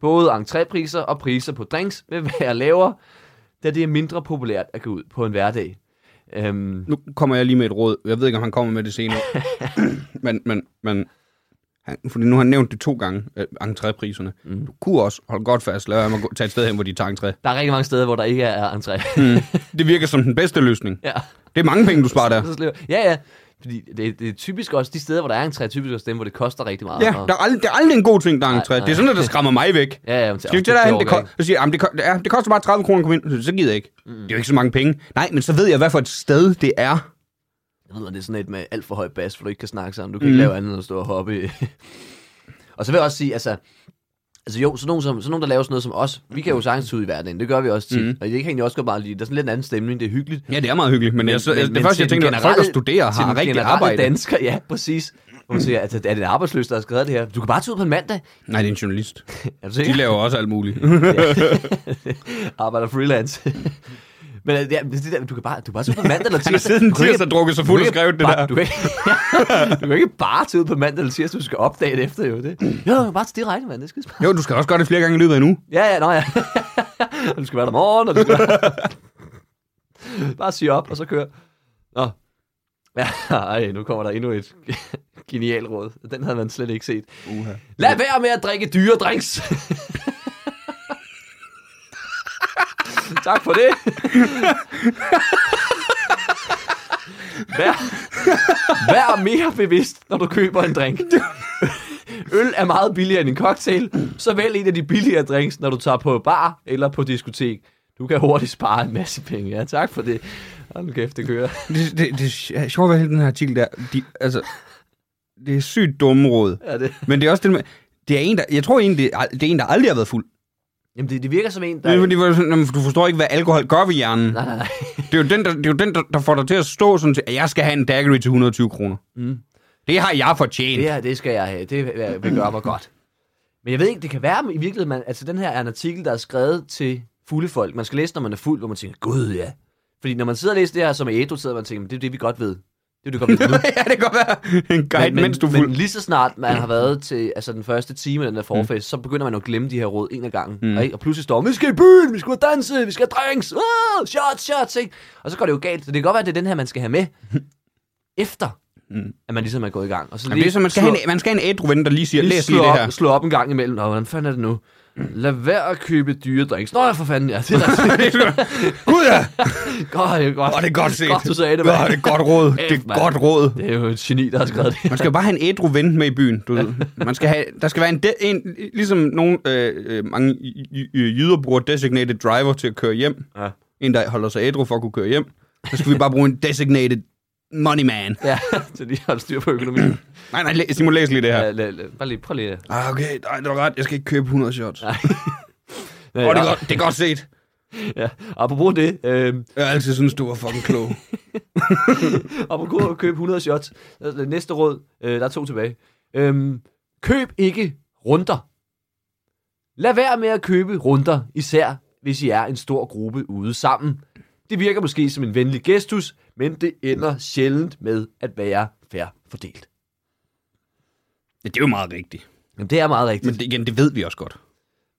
[SPEAKER 3] Både entrépriser og priser på drinks vil være lavere, da det er mindre populært at gå ud på en hverdag. Øhm,
[SPEAKER 1] Nu kommer jeg lige med et råd. Jeg ved ikke, om han kommer med det senere. men, men, men... Han, fordi nu har han nævnt det to gange, øh, entrépriserne. Mm. Du kunne også holde godt fast, lad være med at gå- tage et sted hen, hvor de tager entré.
[SPEAKER 3] Der er rigtig mange steder, hvor der ikke er entré.
[SPEAKER 1] Hmm. Det virker som den bedste løsning.
[SPEAKER 3] ja.
[SPEAKER 1] Det er mange penge, du sparer der.
[SPEAKER 3] Så slipper- ja, ja. Fordi det, det er typisk også de steder, hvor der er entré, er typisk også dem, hvor det koster rigtig meget.
[SPEAKER 1] Ja,
[SPEAKER 3] Og-
[SPEAKER 1] der er, ald- det er aldrig en god ting, der er
[SPEAKER 3] Nej,
[SPEAKER 1] entré. Det er
[SPEAKER 3] nej.
[SPEAKER 1] sådan noget, der skræmmer mig væk.
[SPEAKER 3] ja, ja, men,
[SPEAKER 1] Skal vi ikke Mm. derhen? Det,
[SPEAKER 3] orker jeg
[SPEAKER 1] ko-
[SPEAKER 3] ikke.
[SPEAKER 1] så siger, jeg, jamen, det, ko- ja, det koster bare 30 kroner at komme ind. Så gider jeg ikke. Det er jo ikke så mange penge. Nej, men så ved jeg, hvad for et sted det er.
[SPEAKER 3] Jeg ved, at det er sådan et med alt for høj bas, for du ikke kan snakke sammen. Du kan mm. ikke lave andet end at stå og hoppe. og så vil jeg også sige, altså... Altså jo, sådan nogen, som, sådan nogen, der laver sådan noget som os, vi
[SPEAKER 1] Mm.
[SPEAKER 3] kan jo sagtens tage ud i hverdagen, det gør vi også tit. Mm. Og det kan egentlig også godt bare lide, der er sådan lidt en anden stemning, det er hyggeligt.
[SPEAKER 1] Ja, det er meget hyggeligt, men, men, jeg, så, men det første, jeg
[SPEAKER 3] til den
[SPEAKER 1] tænkte, var, at folk, der
[SPEAKER 3] generelle-
[SPEAKER 1] studerer,
[SPEAKER 3] til
[SPEAKER 1] har
[SPEAKER 3] den
[SPEAKER 1] rigtig
[SPEAKER 3] generelle
[SPEAKER 1] arbejde.
[SPEAKER 3] dansker, ja, præcis. Hun siger, at, at er det en arbejdsløs, der har skrevet det her? Du kan bare tage ud på en mandag.
[SPEAKER 1] Nej, det er en journalist.
[SPEAKER 3] Er du sikker?
[SPEAKER 1] De laver også alt muligt.
[SPEAKER 3] arbejder freelance. Men øh, ja, det er det der, du kan bare, du kan bare tage ud på mandag eller
[SPEAKER 1] Han
[SPEAKER 3] tirsdag.
[SPEAKER 1] har siden
[SPEAKER 3] Du kan ikke-
[SPEAKER 1] tirsdag drukket sig
[SPEAKER 3] du kan
[SPEAKER 1] fuld og
[SPEAKER 3] ikke
[SPEAKER 1] skrevet det
[SPEAKER 3] bare-
[SPEAKER 1] der.
[SPEAKER 3] Du kan, ikke, du kan ikke bare tage ud på mandag eller tirsdag, du skal opdage det efter jo. Det. Jo, du kan bare tage direkte, mand. Det skal bare.
[SPEAKER 1] Jo, du skal også gøre det flere gange i løbet af en uge.
[SPEAKER 3] Ja, ja, nå ja. Og du skal være der om morgenen, og du skal være... bare sige op, og så køre. Nå. Ja, ej, nu kommer der endnu et genialt råd. Den havde man slet ikke set.
[SPEAKER 1] Uha.
[SPEAKER 3] Lad være med at drikke dyre drinks. tak for det. Vær, vær mere bevidst, når du køber en drink. Øl er meget billigere end en cocktail, så vælg en af de billigere drinks, når du tager på bar eller på diskotek. Du kan hurtigt spare en masse penge. Ja, tak for det. Hold nu kæft, det kører.
[SPEAKER 1] Det, det, det er sjovt ved hele den her artikel der. De, altså, det er sygt dumme råd.
[SPEAKER 3] Ja, det.
[SPEAKER 1] Men det er også det med, det er en, der, jeg tror egentlig, det er, det er en, der aldrig har været fuld.
[SPEAKER 3] Jamen, det, det virker som en, der...
[SPEAKER 1] Det er, fordi, hvor det er sådan, "Jamen, du forstår ikke, hvad alkohol gør ved hjernen.
[SPEAKER 3] Nej, nej, nej.
[SPEAKER 1] Det er jo den, der, det er jo den der, der får dig til at stå sådan til, at jeg skal have en daiquiri til 120 kroner.
[SPEAKER 3] Mm.
[SPEAKER 1] Det har jeg fortjent.
[SPEAKER 3] Det her, det skal jeg have. Det vil- vil gøre mig godt. Men jeg ved ikke, det kan være i virkeligheden, man, altså den her er en artikel, der er skrevet til fulde folk. Man skal læse, når man er fuld, hvor man tænker, gud ja. Fordi når man sidder og læser det her som er ædru, sidder man og tænker, "Men det er det, vi godt ved. Det er det, vi godt ved nu.
[SPEAKER 1] ja, det kan godt være. En guide, men, mens du er
[SPEAKER 3] men
[SPEAKER 1] fuld.
[SPEAKER 3] lige så snart man har været til altså, den første time af den der forfest, mm. så begynder man at glemme de her råd en af gangen. Mm. Og, ikke? og pludselig står man, vi skal i byen, vi skal ud og danse, vi skal have drinks, uh, shots, shots, ikke? Og så går det jo galt. Så det kan godt være, at det er den her, man skal have med, efter mm. at man ligesom er gået i gang. Og så
[SPEAKER 1] Jamen, det er som, man skal,
[SPEAKER 3] slå-
[SPEAKER 1] have en, man skal have en ædru ven, der lige siger,
[SPEAKER 3] lige
[SPEAKER 1] læs
[SPEAKER 3] slå
[SPEAKER 1] lige det
[SPEAKER 3] op,
[SPEAKER 1] her.
[SPEAKER 3] slå op en gang imellem. Nå, hvordan fanden er det nu? Lad være at købe dyre drinks. Nå, ja, for fanden, ja. Det er da-
[SPEAKER 1] Gud ja!
[SPEAKER 3] godt, det er godt.
[SPEAKER 1] Åh, det er godt set.
[SPEAKER 3] Godt, du sagde det,
[SPEAKER 1] Åh,
[SPEAKER 3] mand.
[SPEAKER 1] det er godt råd. Det
[SPEAKER 3] Kæft,
[SPEAKER 1] er
[SPEAKER 3] mand.
[SPEAKER 1] godt råd.
[SPEAKER 3] Det er jo et geni, der har skrevet det.
[SPEAKER 1] Man skal jo bare have en ædru ven med i byen, du ved. Man skal have, der skal være en, de, en ligesom nogle, øh, øh, mange j- j- jyder bruger designated driver til at køre hjem.
[SPEAKER 3] Ja.
[SPEAKER 1] En, der holder sig ædru for at kunne køre hjem. Så skal vi bare bruge en designated money man.
[SPEAKER 3] Ja, så lige har styr på økonomien.
[SPEAKER 1] Nej, nej, læ- Simon, læs lige det her.
[SPEAKER 3] Ja. Lad, lad, bare lige, prøv lige.
[SPEAKER 1] Ah, okay, nej, du har ret. Jeg skal ikke købe 100 shots. Åh,
[SPEAKER 3] Nej.
[SPEAKER 1] oh, det, er godt, det er godt set.
[SPEAKER 3] Ja. Apropos det, øh,
[SPEAKER 1] Jeg har altid synes du var fucking klog.
[SPEAKER 3] apropos at købe 100 shots. Næste råd, øh, der er to tilbage. Øh, køb ikke runder. Lad være med at købe runder, især hvis I er en stor gruppe ude sammen. Det virker måske som en venlig gestus, men det ender sjældent med at være fair fordelt.
[SPEAKER 1] Ja, det er jo meget rigtigt.
[SPEAKER 3] Jamen, det er meget rigtigt.
[SPEAKER 1] Men det, igen, det ved vi også godt.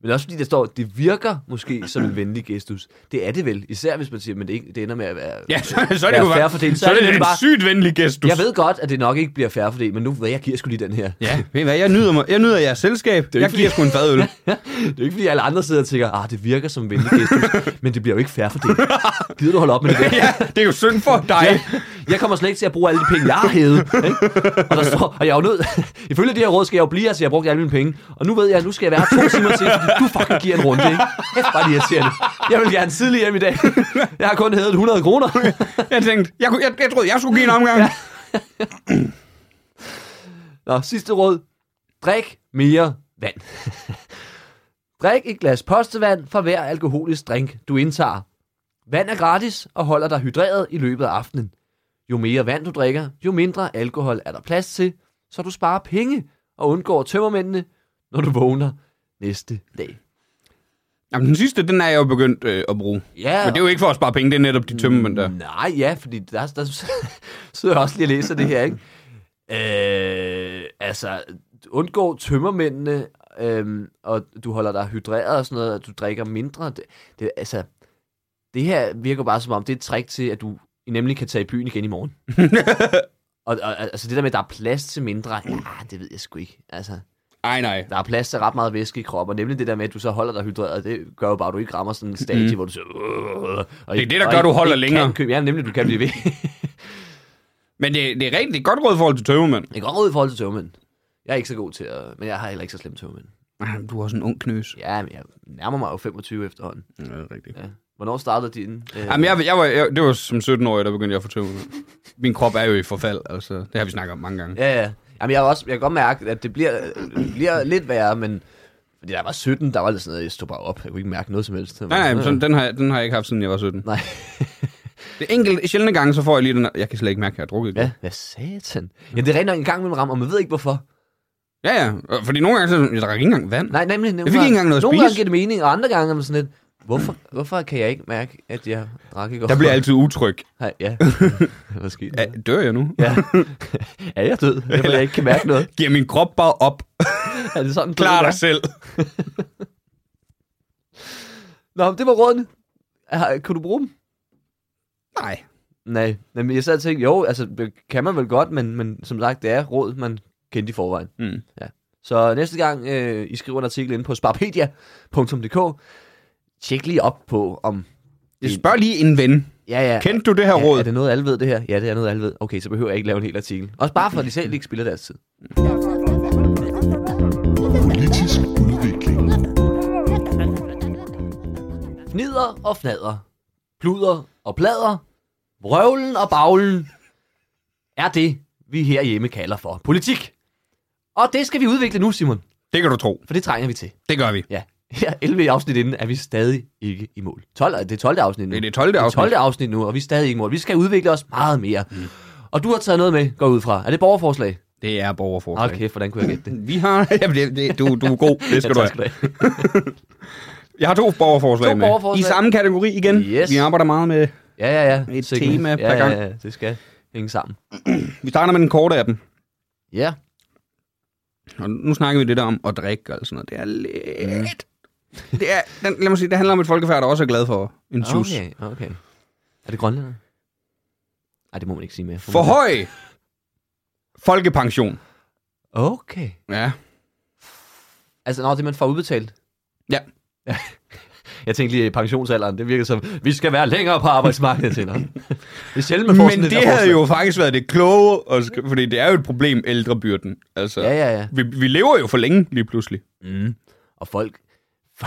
[SPEAKER 3] Men også fordi der står, det virker måske som en venlig gestus. Det er det vel, især hvis man siger, men det, ikke, det ender med at være...
[SPEAKER 1] Ja, så, så er
[SPEAKER 3] være
[SPEAKER 1] det jo
[SPEAKER 3] fair
[SPEAKER 1] bare,
[SPEAKER 3] fordelt,
[SPEAKER 1] så er det, en
[SPEAKER 3] bare-
[SPEAKER 1] sygt venlig gæst, du.
[SPEAKER 3] Jeg ved godt, at det nok ikke bliver fair fordelt, men nu ved jeg, jeg giver sgu lige den her.
[SPEAKER 1] Ja, ved I hvad, jeg nyder, mig, jeg nyder jeres selskab.
[SPEAKER 3] er jo
[SPEAKER 1] Jeg
[SPEAKER 3] ikke
[SPEAKER 1] giver sgu en fadøl.
[SPEAKER 3] Det er jo ikke, fordi alle andre sidder og tænker, ah, det virker som en venlig gestus, men det bliver jo ikke fair fordelt. Gider du holde op med det der?
[SPEAKER 1] ja, det er jo synd for dig.
[SPEAKER 3] Ja, jeg kommer slet ikke til at bruge alle de penge, jeg har hævet. Ikke? Og, der står, og jeg er jo nødt... Ifølge det her råd skal jeg jo blive her, så jeg har brugt alle mine penge. Og nu ved jeg, at nu skal jeg være her to timer til, fordi du fucking giver en runde, ikke? Kæft, bare lige, jeg siger det. Jeg vil gerne tidlig hjem i dag. Jeg har kun hævet 100 kroner.
[SPEAKER 1] Jeg tænkte, jeg, kunne- jeg, jeg troede, jeg skulle give en omgang.
[SPEAKER 3] Ja. Nå, sidste råd. Drik mere vand. Drik et glas postevand for hver alkoholisk drink, du indtager. Vand er gratis og holder dig hydreret i løbet af aftenen. Jo mere vand du drikker, jo mindre alkohol er der plads til, så du sparer penge og undgår tømmermændene, når du vågner næste dag.
[SPEAKER 1] Jamen, den sidste, den er jeg jo begyndt øh, at bruge.
[SPEAKER 3] Ja,
[SPEAKER 1] Men det er jo ikke for at spare penge, det er netop de tømmemænd der.
[SPEAKER 3] Nej, ja, fordi der, der sidder jeg også lige og læser det her, ikke? Øh, altså, undgå tømmermændene, øhm, og du holder dig hydreret og sådan noget, og du drikker mindre. Det, det, altså, det her virker bare som om, det er et trick til, at du nemlig kan tage i byen igen i morgen. og, og, altså, det der med, at der er plads til mindre, ja, det ved jeg sgu ikke. Altså,
[SPEAKER 1] Ej, nej.
[SPEAKER 3] der er plads til ret meget væske i kroppen, og nemlig det der med, at du så holder dig hydreret, det gør jo bare, at du ikke rammer sådan en stage, mm. hvor du så... Og
[SPEAKER 1] Mm-hmm. Det er
[SPEAKER 3] ikke-
[SPEAKER 1] det, der
[SPEAKER 3] og
[SPEAKER 1] gør,
[SPEAKER 3] ikke-
[SPEAKER 1] du holder
[SPEAKER 3] ikke
[SPEAKER 1] længere.
[SPEAKER 3] Kan købe, ja, nemlig, du kan blive ved.
[SPEAKER 1] Men det, det er rent, det er et godt råd i forhold til tømmemænd.
[SPEAKER 3] jeg går ud i forhold til tøvmænd. Jeg er ikke så god til at... Men jeg har heller ikke så slem tøvmænd.
[SPEAKER 1] Ah, Du er også en ung knøs.
[SPEAKER 3] Ja, men jeg nærmer mig jo 25 efterhånden.
[SPEAKER 1] Ja, det er rigtigt.
[SPEAKER 3] Ja. Hvornår startede din... Øh,
[SPEAKER 1] Jamen, jeg, jeg var, jeg, det var som 17-årig, der begyndte jeg at få tømmemænd. Min krop er jo i forfald, altså. Det har vi snakket om mange gange.
[SPEAKER 3] Ja, ja. Jamen, jeg, har også, jeg kan godt mærke, at det bliver, øh, bliver lidt værre, men... Fordi da jeg var 17, der var det sådan noget, jeg stod bare op. Jeg kunne ikke mærke noget som helst.
[SPEAKER 1] Nej, nej, men sådan, den, har, jeg- den har jeg ikke haft, siden jeg var 17.
[SPEAKER 3] Nej.
[SPEAKER 1] Det enkelte, sjældne gange, så får jeg lige den her- Jeg kan slet ikke mærke, at jeg har drukket. i går.
[SPEAKER 3] Ja, hvad satan? Ja, det er rent nok en gang mellem rammer, og man ved ikke hvorfor.
[SPEAKER 1] ja, ja. Og Fordi nogle gange, så er det sådan, jeg drikker ikke engang vand.
[SPEAKER 3] Nej, nemlig.
[SPEAKER 1] Jeg
[SPEAKER 3] nemlig
[SPEAKER 1] fik ikke engang noget at
[SPEAKER 3] Nogle
[SPEAKER 1] spise.
[SPEAKER 3] gange giver det mening, og andre gange er man sådan lidt, hvorfor, hvorfor kan jeg ikke mærke, at jeg drak i går?
[SPEAKER 1] Jeg bliver altid utryg.
[SPEAKER 3] Nej, ja. Måske.
[SPEAKER 1] Ja,
[SPEAKER 3] Ja.
[SPEAKER 1] dør jeg nu?
[SPEAKER 3] ja. er jeg død? Det vil jeg ikke kan mærke noget.
[SPEAKER 1] Giver min krop bare op.
[SPEAKER 3] Er det sådan,
[SPEAKER 1] Klar
[SPEAKER 3] det
[SPEAKER 1] dig
[SPEAKER 3] er?
[SPEAKER 1] selv.
[SPEAKER 3] Nå, men det var rådene. Har- Kunne du bruge dem?
[SPEAKER 1] Nej.
[SPEAKER 3] Nej, Nej, men jeg sad og tænkte, jo, altså, det kan man vel godt, men, men som sagt, det er råd, man kendte i forvejen.
[SPEAKER 1] Mm.
[SPEAKER 3] Så næste gang, øh, I skriver en artikel inde på sparpedia.dk, tjek lige op på, om...
[SPEAKER 1] Jeg spørger lige en ven.
[SPEAKER 3] Ja, ja,
[SPEAKER 1] Kendte du det her
[SPEAKER 3] ja,
[SPEAKER 1] råd?
[SPEAKER 3] Er det noget, alle ved det her? Ja, det er noget, alle ved. Okay, så behøver jeg ikke lave en hel artikel. Også bare for, at de selv ikke spiller deres tid.
[SPEAKER 2] Politisk udvikling.
[SPEAKER 3] Fnider og fnader. Pluder og plader. Vrøvlen og baglen. Er det, vi herhjemme kalder for politik. Og det skal vi udvikle nu, Simon.
[SPEAKER 1] Det kan du tro.
[SPEAKER 3] For det trænger vi til.
[SPEAKER 1] Det gør vi.
[SPEAKER 3] Ja. Her 11 afsnit inden er vi stadig ikke i mål. 12, det er 12. afsnit nu.
[SPEAKER 1] Det er det 12. afsnit.
[SPEAKER 3] 12. afsnit nu, og vi er stadig ikke i mål. Vi skal udvikle os meget mere. Mm. Og du har taget noget med, går jeg ud fra. Er det borgerforslag?
[SPEAKER 1] Det er borgerforslag.
[SPEAKER 3] Hold kæft, hvordan kunne jeg gætte det?
[SPEAKER 1] Vi har... Jamen, det, det, du, du er god. Det skal
[SPEAKER 3] Ja,
[SPEAKER 1] du
[SPEAKER 3] tak
[SPEAKER 1] have. Jeg har to borgerforslag
[SPEAKER 3] To
[SPEAKER 1] med.
[SPEAKER 3] borgerforslag.
[SPEAKER 1] I samme kategori igen.
[SPEAKER 3] Yes.
[SPEAKER 1] Vi arbejder meget med...
[SPEAKER 3] Ja, ja, ja.
[SPEAKER 1] Et
[SPEAKER 3] Segment.
[SPEAKER 1] tema per
[SPEAKER 3] ja,
[SPEAKER 1] gang.
[SPEAKER 3] Ja, ja, det skal hænge sammen.
[SPEAKER 1] Vi starter med den korte af dem.
[SPEAKER 3] Ja.
[SPEAKER 1] Og nu snakker vi lidt om at drikke og sådan noget. Det er lidt... Det er, den, lad mig sige, det handler om et folkefærd, der også er glad for en sus. Okay.
[SPEAKER 3] Okay, okay. Er det grønlænder? Nej, det må man ikke sige mere.
[SPEAKER 1] For høj folkepension.
[SPEAKER 3] Okay.
[SPEAKER 1] Ja.
[SPEAKER 3] Altså, nå, det man får udbetalt.
[SPEAKER 1] Ja.
[SPEAKER 3] Jeg tænkte lige pensionsalderen. Det virker som, vi skal være længere på arbejdsmarkedet til. Nå. Det er sjældent, man får sådan
[SPEAKER 1] Men
[SPEAKER 3] et
[SPEAKER 1] det
[SPEAKER 3] der
[SPEAKER 1] havde
[SPEAKER 3] forslag.
[SPEAKER 1] jo faktisk været det kloge, og sk- fordi det er jo et problem, ældrebyrden. Altså,
[SPEAKER 3] Ja, ja, ja.
[SPEAKER 1] Vi, vi lever jo for længe lige pludselig.
[SPEAKER 3] Mm. Og folk...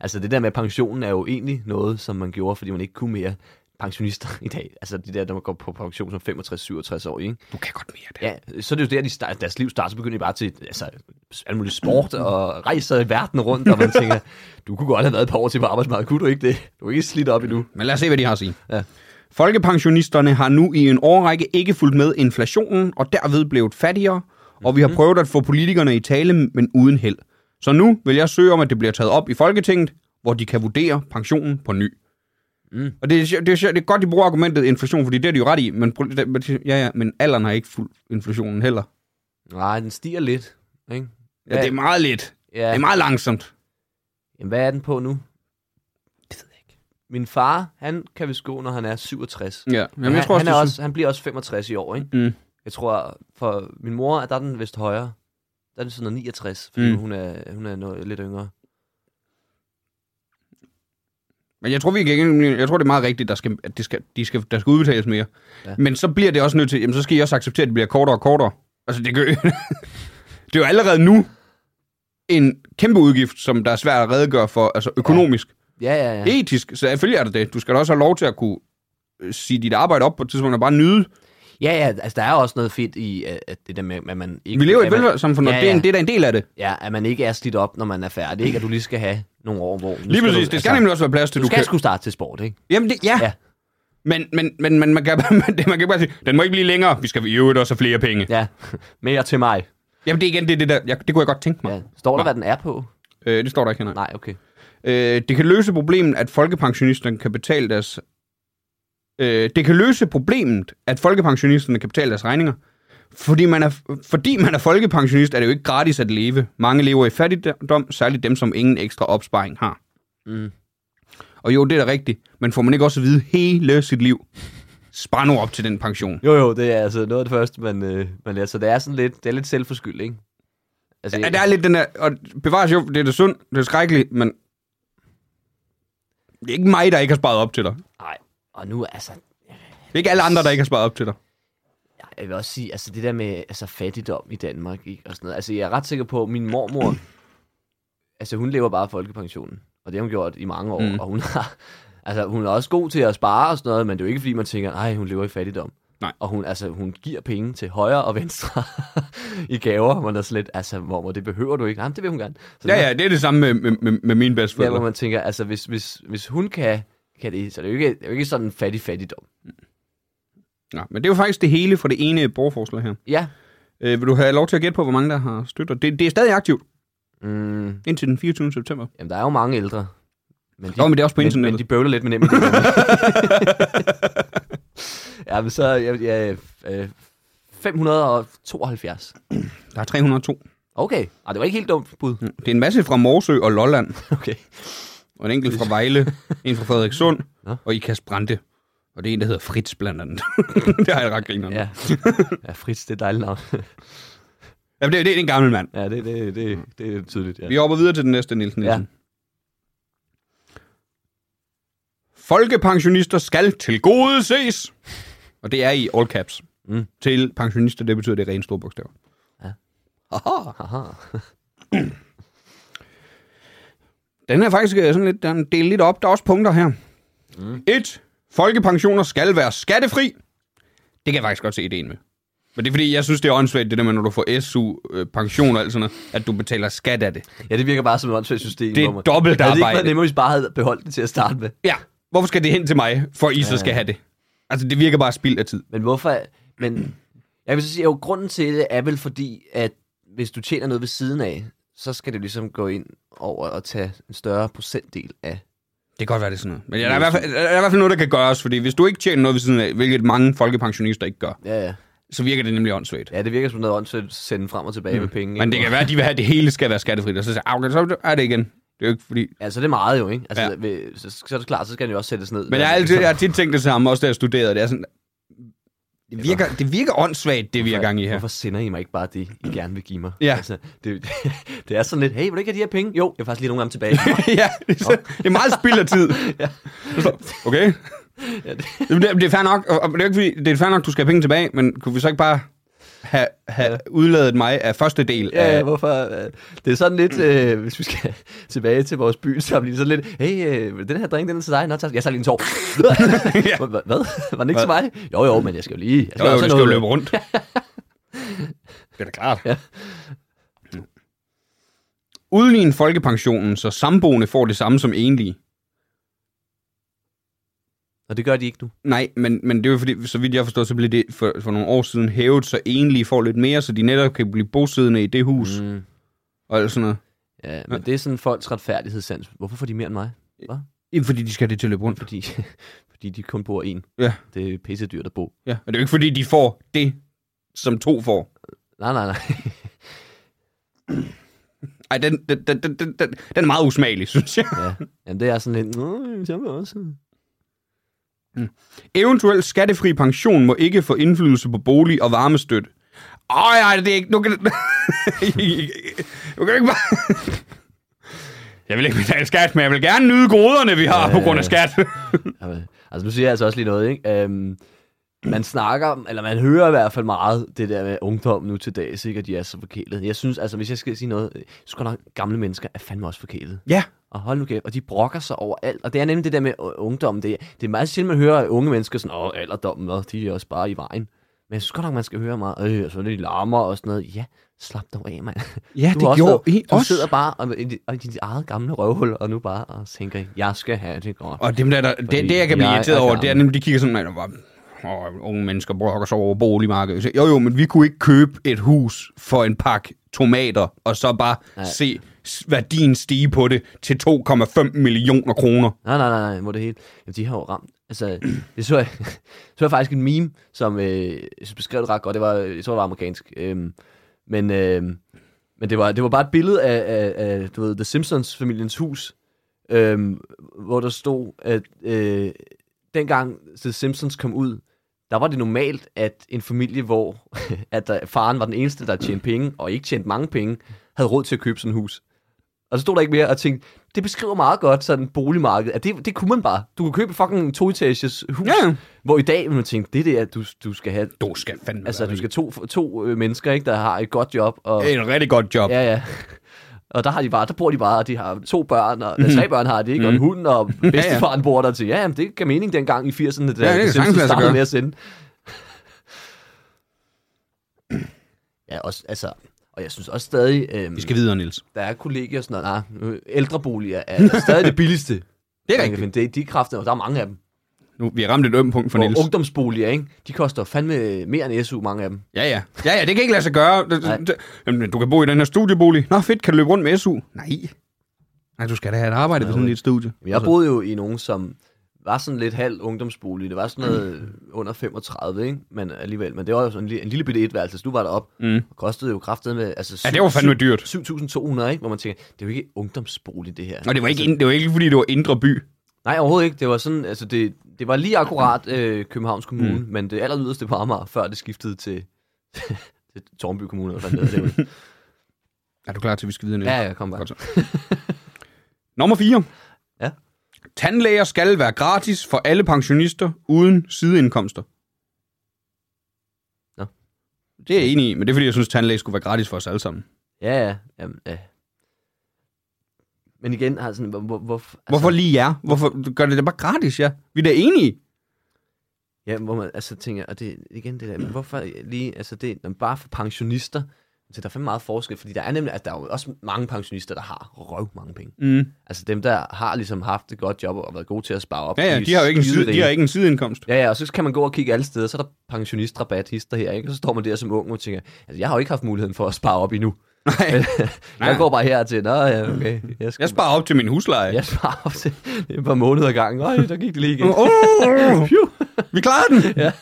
[SPEAKER 3] altså, det der med pensionen er jo egentlig noget, som man gjorde, fordi man ikke kunne mere pensionister i dag. Altså, de der, der går på pension som 65-67 år, ikke?
[SPEAKER 1] Du kan godt mere det.
[SPEAKER 3] Ja, så er det jo der, de start, deres liv starter, så begynder de bare til altså, alt muligt sport og rejser i verden rundt, og man tænker, du kunne godt have været et par år til på arbejdsmarkedet, kunne du ikke det? Du er ikke slidt op endnu.
[SPEAKER 1] Men lad os se, hvad de har at sige.
[SPEAKER 3] Ja.
[SPEAKER 1] Folkepensionisterne har nu i en årrække ikke fulgt med inflationen, og derved blevet fattigere, og vi
[SPEAKER 3] Mhm.
[SPEAKER 1] har prøvet at få politikerne i tale, men uden held. Så nu vil jeg søge om, at det bliver taget op i Folketinget, hvor de kan vurdere pensionen på ny.
[SPEAKER 3] Mm.
[SPEAKER 1] Og det er, sjo- det, er, sjo- det er godt, de bruger argumentet inflation, fordi det er de jo ret i. Men, pro- det- men det- ja, ja, men alderen har ikke fuldt inflationen heller.
[SPEAKER 3] Nej, den stiger lidt. Ikke?
[SPEAKER 1] Ja, det er meget lidt.
[SPEAKER 3] ja.
[SPEAKER 1] Det er meget langsomt.
[SPEAKER 3] Jamen, hvad er den på nu? Det ved jeg ikke. Min far, han kan vi gå, når han er 67.
[SPEAKER 1] Ja,
[SPEAKER 3] Men
[SPEAKER 1] men jeg
[SPEAKER 3] han,
[SPEAKER 1] tror
[SPEAKER 3] han,
[SPEAKER 1] også, det-
[SPEAKER 3] er også, han bliver også 65 i år, ikke?
[SPEAKER 1] Mm.
[SPEAKER 3] Jeg tror, for min mor, der er den vist højere. Der er den sådan noget 69, fordi mm.
[SPEAKER 1] Mm.
[SPEAKER 3] hun er, hun er noget, lidt yngre.
[SPEAKER 1] Men jeg tror, vi kan, jeg tror, det er meget rigtigt, der skal, at det skal, de skal, der skal udbetales mere.
[SPEAKER 3] Ja.
[SPEAKER 1] Ja. Men så bliver det også nødt til, jamen, så skal I også acceptere, at det bliver kortere og kortere. Altså, det, kan, det er jo allerede nu en kæmpe udgift, som der er svært at redegøre for, altså økonomisk,
[SPEAKER 3] Ja, ja, ja.
[SPEAKER 1] ja. etisk, så selvfølgelig er det det. Du skal da også have lov til at kunne øh, sige dit arbejde op på et tidspunkt og bare nyde.
[SPEAKER 3] Ja, ja, altså der er også noget fedt i, at at det der med, at man ikke...
[SPEAKER 1] Vi lever i
[SPEAKER 3] at
[SPEAKER 1] et
[SPEAKER 3] man-
[SPEAKER 1] velfærdssamfund, og
[SPEAKER 3] Ja,
[SPEAKER 1] det er, en,
[SPEAKER 3] ja.
[SPEAKER 1] det er da en del af det.
[SPEAKER 3] Ja, at man ikke er slidt op, når man er færdig, ikke? At du lige skal have nogle år, hvor... Nu
[SPEAKER 1] Lige præcis, det skal nemlig også være plads til,
[SPEAKER 3] altså, Du
[SPEAKER 1] du
[SPEAKER 3] skal
[SPEAKER 1] kan...
[SPEAKER 3] sgu starte til sport, ikke?
[SPEAKER 1] Jamen, det, ja.
[SPEAKER 3] Ja.
[SPEAKER 1] ja. Men, men, men, men man, kan, man, man kan ikke bare sige, den må ikke blive længere, vi skal i øvrigt også have flere penge.
[SPEAKER 3] Ja, mere til mig.
[SPEAKER 1] Jamen det er igen det, er det der, jeg, det kunne jeg godt tænke mig.
[SPEAKER 3] Ja. Står der, hvad den er på?
[SPEAKER 1] Ja. Øh, det står der ikke, nej.
[SPEAKER 3] Nej, okay.
[SPEAKER 1] Øh, det kan løse problemet, at folkepensionisterne kan betale deres... Øh, det kan løse problemet, at folkepensionisterne kan betale deres regninger. Fordi man, er, fordi man er folkepensionist, er det jo ikke gratis at leve. Mange lever i fattigdom, særligt dem, som ingen ekstra opsparing har.
[SPEAKER 3] Mm.
[SPEAKER 1] Og jo, det er da rigtigt, men får man ikke også at vide hele sit liv? Spar nu op til den pension.
[SPEAKER 3] Jo, jo, det er altså noget af det første, man, øh, man lærer. Så det er sådan lidt, det er lidt selvforskyldt, ikke? Altså,
[SPEAKER 1] Ja, der er lidt den der, og bevares jo, det er da synd, det er skrækkeligt, men det er ikke mig, der ikke har sparet op til dig.
[SPEAKER 3] Nej, og nu, altså,
[SPEAKER 1] Det er ikke alle andre, der ikke har sparet op til dig.
[SPEAKER 3] jeg vil også sige, altså det der med altså, fattigdom i Danmark, ikke? Og sådan noget. Altså, jeg er ret sikker på, at min mormor, altså hun lever bare af folkepensionen. Og det har hun gjort i mange år, mm.
[SPEAKER 1] Mm.
[SPEAKER 3] og hun har, altså hun er også god til at spare og sådan noget, men det er jo ikke fordi, man tænker, nej, hun lever i fattigdom.
[SPEAKER 1] Nej.
[SPEAKER 3] Og hun, altså, hun giver penge til højre og venstre i gaver, man er slet, altså mormor, det behøver du ikke. Jamen, det vil hun gerne. Så
[SPEAKER 1] Ja, ja, det er det samme med, med, med, med mine
[SPEAKER 3] Ja, hvor
[SPEAKER 1] bedsteforældre.
[SPEAKER 3] man tænker, altså hvis, hvis, hvis hun kan, kan det, så det er jo ikke, det er jo ikke sådan en fattig fattigdom.
[SPEAKER 1] Ja, men det er jo faktisk det hele for det ene borgerforslag her.
[SPEAKER 3] Ja.
[SPEAKER 1] Øh, vil du have lov til at gætte på, hvor mange der har støttet? Det, det er stadig aktivt
[SPEAKER 3] Mm,
[SPEAKER 1] indtil den 24. september.
[SPEAKER 3] jamen, der er jo mange ældre. Men de,
[SPEAKER 1] Nå, men det er også på
[SPEAKER 3] men, men
[SPEAKER 1] internettet.
[SPEAKER 3] de bøvler lidt med nemlig. ja, men så, ja, ja, øh, 572.
[SPEAKER 1] Der er 302.
[SPEAKER 3] Okay, Ej, det var ikke helt dumt bud.
[SPEAKER 1] Mm. Det er en masse fra Morsø og Lolland,
[SPEAKER 3] Okay.
[SPEAKER 1] og en enkelt fra Vejle, en fra Frederikssund
[SPEAKER 3] Nå.
[SPEAKER 1] og Ikas Brande. Og det er en, der hedder Fritz blandt andet. det har jeg ret griner. Ja.
[SPEAKER 3] Ja, ja Fritz, det er et dejligt navn.
[SPEAKER 1] Jamen, det, er- det er en gammel mand.
[SPEAKER 3] ja, det, det, det, det er tydeligt, ja.
[SPEAKER 1] Vi hopper videre til den næste, Nielsen
[SPEAKER 3] Ja.
[SPEAKER 1] Nielsen. Ja. Folkepensionister skal til gode ses. Og det er i all caps.
[SPEAKER 3] Mm.
[SPEAKER 1] Mm. Til pensionister, det betyder, det er rent store bogstaver.
[SPEAKER 3] Ja.
[SPEAKER 1] Aha.
[SPEAKER 3] Aha.
[SPEAKER 1] Den er faktisk øh, sådan lidt, den er delt lidt op. Der er også punkter her. Mm. 1. Folkepensioner skal være skattefri. Det kan jeg faktisk godt se ideen med. Men det er fordi, jeg synes, det er åndssvagt, det der med, når du får SU, øh, pension og alt sådan noget, at du betaler skat af det.
[SPEAKER 3] Ja, det virker bare som et åndssvagt system.
[SPEAKER 1] Det er
[SPEAKER 3] hvor man-
[SPEAKER 1] dobbelt
[SPEAKER 3] Havde det ikke
[SPEAKER 1] arbejde.
[SPEAKER 3] været nemmere, hvis vi bare havde beholdt det til at starte med?
[SPEAKER 1] Ja, hvorfor skal det hen til mig, for I
[SPEAKER 3] Ja.
[SPEAKER 1] så skal have det? Altså, det virker bare spild af tid.
[SPEAKER 3] Men hvorfor... Men jeg vil så sige, at jo, grunden til det er vel fordi, at hvis du tjener noget ved siden af, så skal det ligesom gå ind over og tage en større procentdel af.
[SPEAKER 1] Det kan godt være, det er sådan noget. Men ja, der, er i hvert fald, der er i hvert fald noget, der kan gøres, fordi hvis du ikke tjener noget ved siden af, hvilket mange folkepensionister ikke gør,
[SPEAKER 3] Ja, ja.
[SPEAKER 1] så virker det nemlig åndssvagt.
[SPEAKER 3] ja det virker som noget åndssvagt at sende frem og tilbage mm. med penge.
[SPEAKER 1] Men det
[SPEAKER 3] ikke?
[SPEAKER 1] kan være, at de vil have, at det hele skal være skattefrit, og så siger jeg, "Ah, okay, så er det igen. Det er jo ikke fordi...
[SPEAKER 3] Altså, det er meget jo, ikke? Altså, ja.
[SPEAKER 1] Ja.
[SPEAKER 3] ved, så, så er det klart, så skal den jo også sættes ned. Altså, ligesom-
[SPEAKER 1] Men jeg har, altid, jeg har tit tænkt det samme, også da jeg studerede. Det er sådan, det virker, det virker åndssvagt, det vi er gang i her.
[SPEAKER 3] Hvorfor sender I mig ikke bare det, I gerne vil give mig?
[SPEAKER 1] Ja.
[SPEAKER 3] Altså, det, det er sådan lidt, hey, vil du ikke have de her penge? Jo, jeg har faktisk lige nogle af dem tilbage.
[SPEAKER 1] ja, det er så- det er meget spild af tid.
[SPEAKER 3] Ja.
[SPEAKER 1] Så, Okay.
[SPEAKER 3] Ja, det-
[SPEAKER 1] Jamen, Det, det er fair nok, og, og det er jo ikke, fordi- det er fair nok, du skal have penge tilbage, men kunne vi så ikke bare have, have ja. udladet mig af første del af...
[SPEAKER 3] Ja, ja, hvorfor? øh, Det er sådan lidt, øh, hvis vi skal tilbage til vores by, så bliver det sådan lidt, hey, øh, den her drink, den er til dig. Nå, tak. Jeg tager lige en tår.
[SPEAKER 1] Ja.
[SPEAKER 3] Hva- Hvad? Var den ikke til mig? Jo, jo, men jeg skal jo lige... Jeg
[SPEAKER 1] Jo, jo,
[SPEAKER 3] også
[SPEAKER 1] det
[SPEAKER 3] have
[SPEAKER 1] skal jo
[SPEAKER 3] noget.
[SPEAKER 1] løbe rundt. det er da klart.
[SPEAKER 3] Ja.
[SPEAKER 1] Ja. Udlign folkepensionen, så samboende får det samme som enlige.
[SPEAKER 3] Og det gør de ikke nu.
[SPEAKER 1] Nej, men, men det er jo fordi, så vidt jeg forstår, så blev det for, for nogle år siden hævet, så enlige får lidt mere, så de netop kan blive bosiddende i det hus. Mm.
[SPEAKER 3] Mm.
[SPEAKER 1] Og alt sådan noget.
[SPEAKER 3] Ja, men det er sådan folks retfærdighedssans. Hvorfor får de mere end mig?
[SPEAKER 1] Jamen, fordi de skal have det til at løbe rundt.
[SPEAKER 3] fordi, fordi de kun bor en.
[SPEAKER 1] Ja.
[SPEAKER 3] Det er pisse dyrt at bo.
[SPEAKER 1] Ja. Og det er jo ikke, fordi de får det, som to får.
[SPEAKER 3] Nej, nej, nej.
[SPEAKER 1] Ej, den, den, den, den, den, den den er meget usmagelig, synes jeg.
[SPEAKER 3] Ja. Jamen, det er sådan lidt... Nå, jeg vil også.
[SPEAKER 1] Eventuel skattefri pension må ikke få indflydelse på bolig og varmestøtte. Ej, ej, det er ikke... Nu kan, nu kan jeg ikke bare... Jeg vil ikke betale skat, men jeg vil gerne nyde goderne, vi har på grund af skat.
[SPEAKER 3] Jamen, altså, nu siger jeg altså også lige noget, ikke? Øhm, man snakker, eller man hører i hvert fald meget det der med ungdom nu til dags, ikke? Og de er så forkælet. Jeg synes, altså, hvis jeg skal sige noget, øh, så godt nok, gamle mennesker er fandme også forkælet.
[SPEAKER 1] ja,
[SPEAKER 3] Og hold nu kæft, og de brokker sig over alt. Og det er nemlig det der med øh, ungdommen. Det, det er meget sjældent, man hører unge mennesker sådan, åh, alderdommen, og de er også bare i vejen. Men jeg synes godt nok, man skal høre meget, øh, og så er det de larmer og sådan noget. Ja, slap dig af, mand.
[SPEAKER 1] ja
[SPEAKER 3] Du har også
[SPEAKER 1] I
[SPEAKER 3] Du sidder bare og, i dit- og i dit eget gamle røvhul, og nu bare og tænker, jeg skal have det godt.
[SPEAKER 1] Og dem der, der det,
[SPEAKER 3] Fordi
[SPEAKER 1] det, jeg kan blive
[SPEAKER 3] jeg altså-
[SPEAKER 1] irriteret
[SPEAKER 3] er
[SPEAKER 1] over,
[SPEAKER 3] gammel.
[SPEAKER 1] det er nemlig, de kigger sådan, at bare, åh, unge mennesker brokker sig over boligmarkedet. Så, Jo, jo, men vi kunne ikke købe et hus for en pakke tomater, og så bare Nej.
[SPEAKER 3] Nej.
[SPEAKER 1] se s- værdien stige på det til 2,5 millioner kroner.
[SPEAKER 3] Nej, nej, nej, nej, hvor det hele. Jamen, de har jo ramt. Altså, det så jeg, så jeg faktisk en meme, som, øh, som beskrev det ret godt. Det var, jeg tror, det var amerikansk. Øhm, men øh, men det, var, det var bare et billede af, af, af du ved, The Simpsons-familiens hus, øhm, hvor der stod, at øh, dengang The Simpsons kom ud, der var det normalt, at en familie, hvor at der, faren var den eneste, der tjente penge, og ikke tjente mange penge, havde råd til at købe sådan et hus. Og så stod der ikke mere og tænkte, det beskriver meget godt sådan boligmarkedet, at det, det kunne man bare. Du kunne købe et fucking to-etages hus,
[SPEAKER 1] Ja.
[SPEAKER 3] hvor i dag ville man tænke, det der, du, du skal have,
[SPEAKER 1] Du skal fandme
[SPEAKER 3] altså
[SPEAKER 1] være
[SPEAKER 3] du
[SPEAKER 1] rig.
[SPEAKER 3] skal to, to øh, mennesker, ikke, der har et godt job, og
[SPEAKER 1] Det er en rigtig godt job. Ja.
[SPEAKER 3] Ja, ja. Og der har de bare, der bor de bare, og de har to børn, og mm. tre børn har de, ikke? Mm. Og en hund, og bedstefaren bor der til. Ja, jamen, det gav mening dengang i 80'erne, da
[SPEAKER 1] Ja, det kan
[SPEAKER 3] det
[SPEAKER 1] sagtens lade sig
[SPEAKER 3] startede
[SPEAKER 1] gøre.
[SPEAKER 3] med at sende. Ja, også, altså, og jeg synes også stadig, øhm,
[SPEAKER 1] Vi skal videre, Nils.
[SPEAKER 3] der er kollegier og sådan noget, nej, øh, ældreboliger er stadig det billigste.
[SPEAKER 1] Det er
[SPEAKER 3] man kan
[SPEAKER 1] rigtigt.
[SPEAKER 3] finde. Det er de kræfter, og der er mange af dem.
[SPEAKER 1] Nu, vi har ramt et ømt punkt for
[SPEAKER 3] Og
[SPEAKER 1] Nils.
[SPEAKER 3] ungdomsboliger, ikke? De koster fandme mere end SU, mange af dem.
[SPEAKER 1] Ja, ja. Ja, ja, det kan ikke lade sig gøre. Det-
[SPEAKER 3] Nej.
[SPEAKER 1] det- Jamen, du kan bo i den her studiebolig. Nå, fedt, kan du løbe rundt med SU? Nej. Nej, du skal da have et arbejde ved sådan et studie.
[SPEAKER 3] Men Jeg boede jo i nogen, som var sådan lidt halv ungdomsbolig. Det var sådan noget
[SPEAKER 1] Mm.
[SPEAKER 3] under 35, ikke? Men alligevel. Men det var jo sådan en lille, en lille bitte etværelse. Du var deroppe. Mm. Og kostede jo kraftet med... Altså,
[SPEAKER 1] Ja, det var fandme dyrt.
[SPEAKER 3] 7.200, ikke? Hvor man tænker, det er jo ikke ungdomsbolig, det her.
[SPEAKER 1] Og det var ikke, ind- det var ikke fordi det var indre by.
[SPEAKER 3] Nej, overhovedet ikke. Det var sådan, altså det, det var lige
[SPEAKER 1] Mm.
[SPEAKER 3] akkurat øh, Københavns Kommune, mm. men det aller yderste på Amager, før det skiftede til, til Tornby Kommune. Eller hvad fanden hedder det
[SPEAKER 1] Er du klar til, at vi skal videre, Niels?
[SPEAKER 3] ja, ja, kom bare.
[SPEAKER 1] Godt så. Nummer 4.
[SPEAKER 3] Ja.
[SPEAKER 1] Tandlæger skal være gratis for alle pensionister uden sideindkomster.
[SPEAKER 3] Nå.
[SPEAKER 1] Det er jeg enig i, men det er fordi, jeg synes, tandlæge skulle være gratis for os alle sammen.
[SPEAKER 3] Ja, ja. Jamen, ja. Men igen, altså, hvor, hvor, altså- hvor,
[SPEAKER 1] Hvorfor lige jer? Hvorfor gør det det bare gratis, ja? Vi er da enige.
[SPEAKER 3] Ja, hvor man altså tænker, og det igen det der, men hvorfor lige, altså det, når man bare for pensionister, så der er fandme meget forskel, fordi der er nemlig, at der er jo også mange pensionister, der har røv mange penge.
[SPEAKER 1] Mm.
[SPEAKER 3] Altså dem, der har ligesom haft et godt job og været gode til at spare op.
[SPEAKER 1] Ja, ja, de har jo ikke en, side, de
[SPEAKER 3] skiderige.
[SPEAKER 1] har ikke en sideindkomst.
[SPEAKER 3] Ja, ja, og så kan man gå og kigge alle steder, så er der pensionistrabat, hister her, ikke? Og så står man der som ung og tænker, altså jeg har jo ikke haft muligheden for at spare op endnu.
[SPEAKER 1] Nej,
[SPEAKER 3] jeg går bare her til, nå ja, okay. Jeg, skal,
[SPEAKER 1] jeg sparer op til min husleje.
[SPEAKER 3] jeg sparer op til det er et par måneder gang. Øj, der gik det lige igen.
[SPEAKER 1] Åh, oh,
[SPEAKER 3] Phew.
[SPEAKER 1] vi klarede den.
[SPEAKER 3] Ja.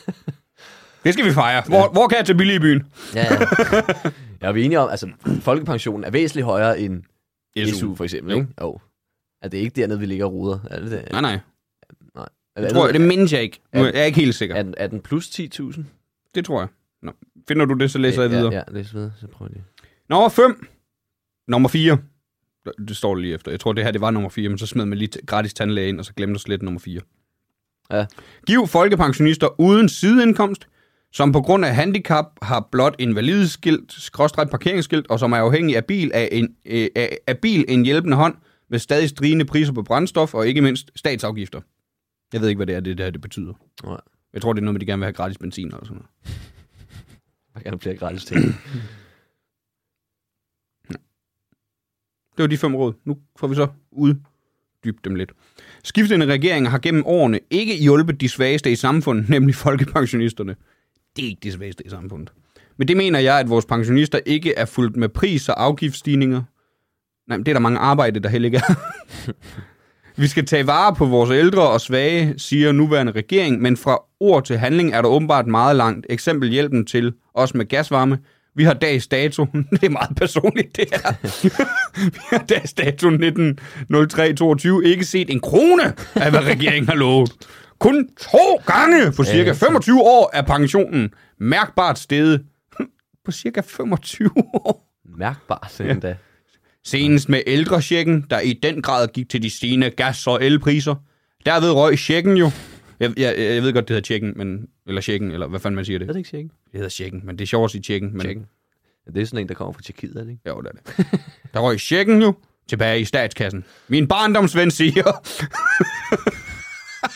[SPEAKER 1] Det skal vi fejre. Hvor, hvor kan jeg tage billig i byen?
[SPEAKER 3] Ja, ja. Jeg er vi enige om, altså, folkepensionen er væsentligt højere end SU, SU for eksempel,
[SPEAKER 1] Jo.
[SPEAKER 3] ikke? Jo. Er det ikke dernede, vi ligger og ruder? Er det, det?
[SPEAKER 1] Nej, nej.
[SPEAKER 3] er
[SPEAKER 1] Jeg tror, det mindes jeg ikke. Nu er jeg ikke helt sikker.
[SPEAKER 3] er, den, er den plus 10.000?
[SPEAKER 1] Det tror jeg. Nå. Finder du det, så læser jeg
[SPEAKER 3] ja,
[SPEAKER 1] videre.
[SPEAKER 3] Ja, ja, læs videre, så prøv lige.
[SPEAKER 1] Nummer 5. Nummer 4. Det står der lige efter. Jeg tror, det her det var nummer 4, men så smed man lige t- gratis tandlæge ind, og så glemte slet nummer 4.
[SPEAKER 3] Ja.
[SPEAKER 1] Giv folkepensionister uden sideindkomst, som på grund af handicap har blot invalideskilt, skråstret parkeringsskilt, og som er afhængig af bil, af en, øh, af, af bil en hjælpende hånd, med stadig strigende priser på brændstof, og ikke mindst statsafgifter. Jeg ved ikke, hvad det er, det der det betyder.
[SPEAKER 3] Nej.
[SPEAKER 1] Jeg tror, det er noget med, at de gerne vil have gratis benzin eller sådan noget.
[SPEAKER 3] Der gerne flere gratis ting.
[SPEAKER 1] Det var de fem råd. Nu får vi så uddybe dem lidt. Skiftende regeringer har gennem årene ikke hjulpet de svageste i samfundet, nemlig folkepensionisterne. Det er ikke de svageste i samfundet. Men det mener jeg, at vores pensionister ikke er fuldt med pris- og afgiftsstigninger. Nej, men det er der mange arbejde, der heller ikke er. Vi skal tage vare på vores ældre og svage, siger nuværende regering, men fra ord til handling er der åbenbart meget langt. Eksempel hjælpen til os med gasvarme. Vi har dags dato. Det er meget personligt, det her. Vi har dags dato 19.03.22 ikke set en krone af, hvad regeringen har lovet. Kun to gange på cirka 25 år er pensionen mærkbart steget. På cirka 25 år.
[SPEAKER 3] Mærkbart endda. Ja.
[SPEAKER 1] Senest med ældrechecken, der i den grad gik til de stigende gas- og elpriser. Derved røg checken jo. Jeg, jeg, jeg ved godt, det hedder checken, men, eller checken, eller hvad fanden man siger det.
[SPEAKER 3] Er det ikke tjekken?
[SPEAKER 1] Det hedder checken, men det er sjovt at sige checken. Men,
[SPEAKER 3] Checken. Ja, det er sådan en, der kommer fra Tjekkiet, er det ikke?
[SPEAKER 1] Jo, det er det. Der røg checken jo tilbage i statskassen. Min barndomsven siger...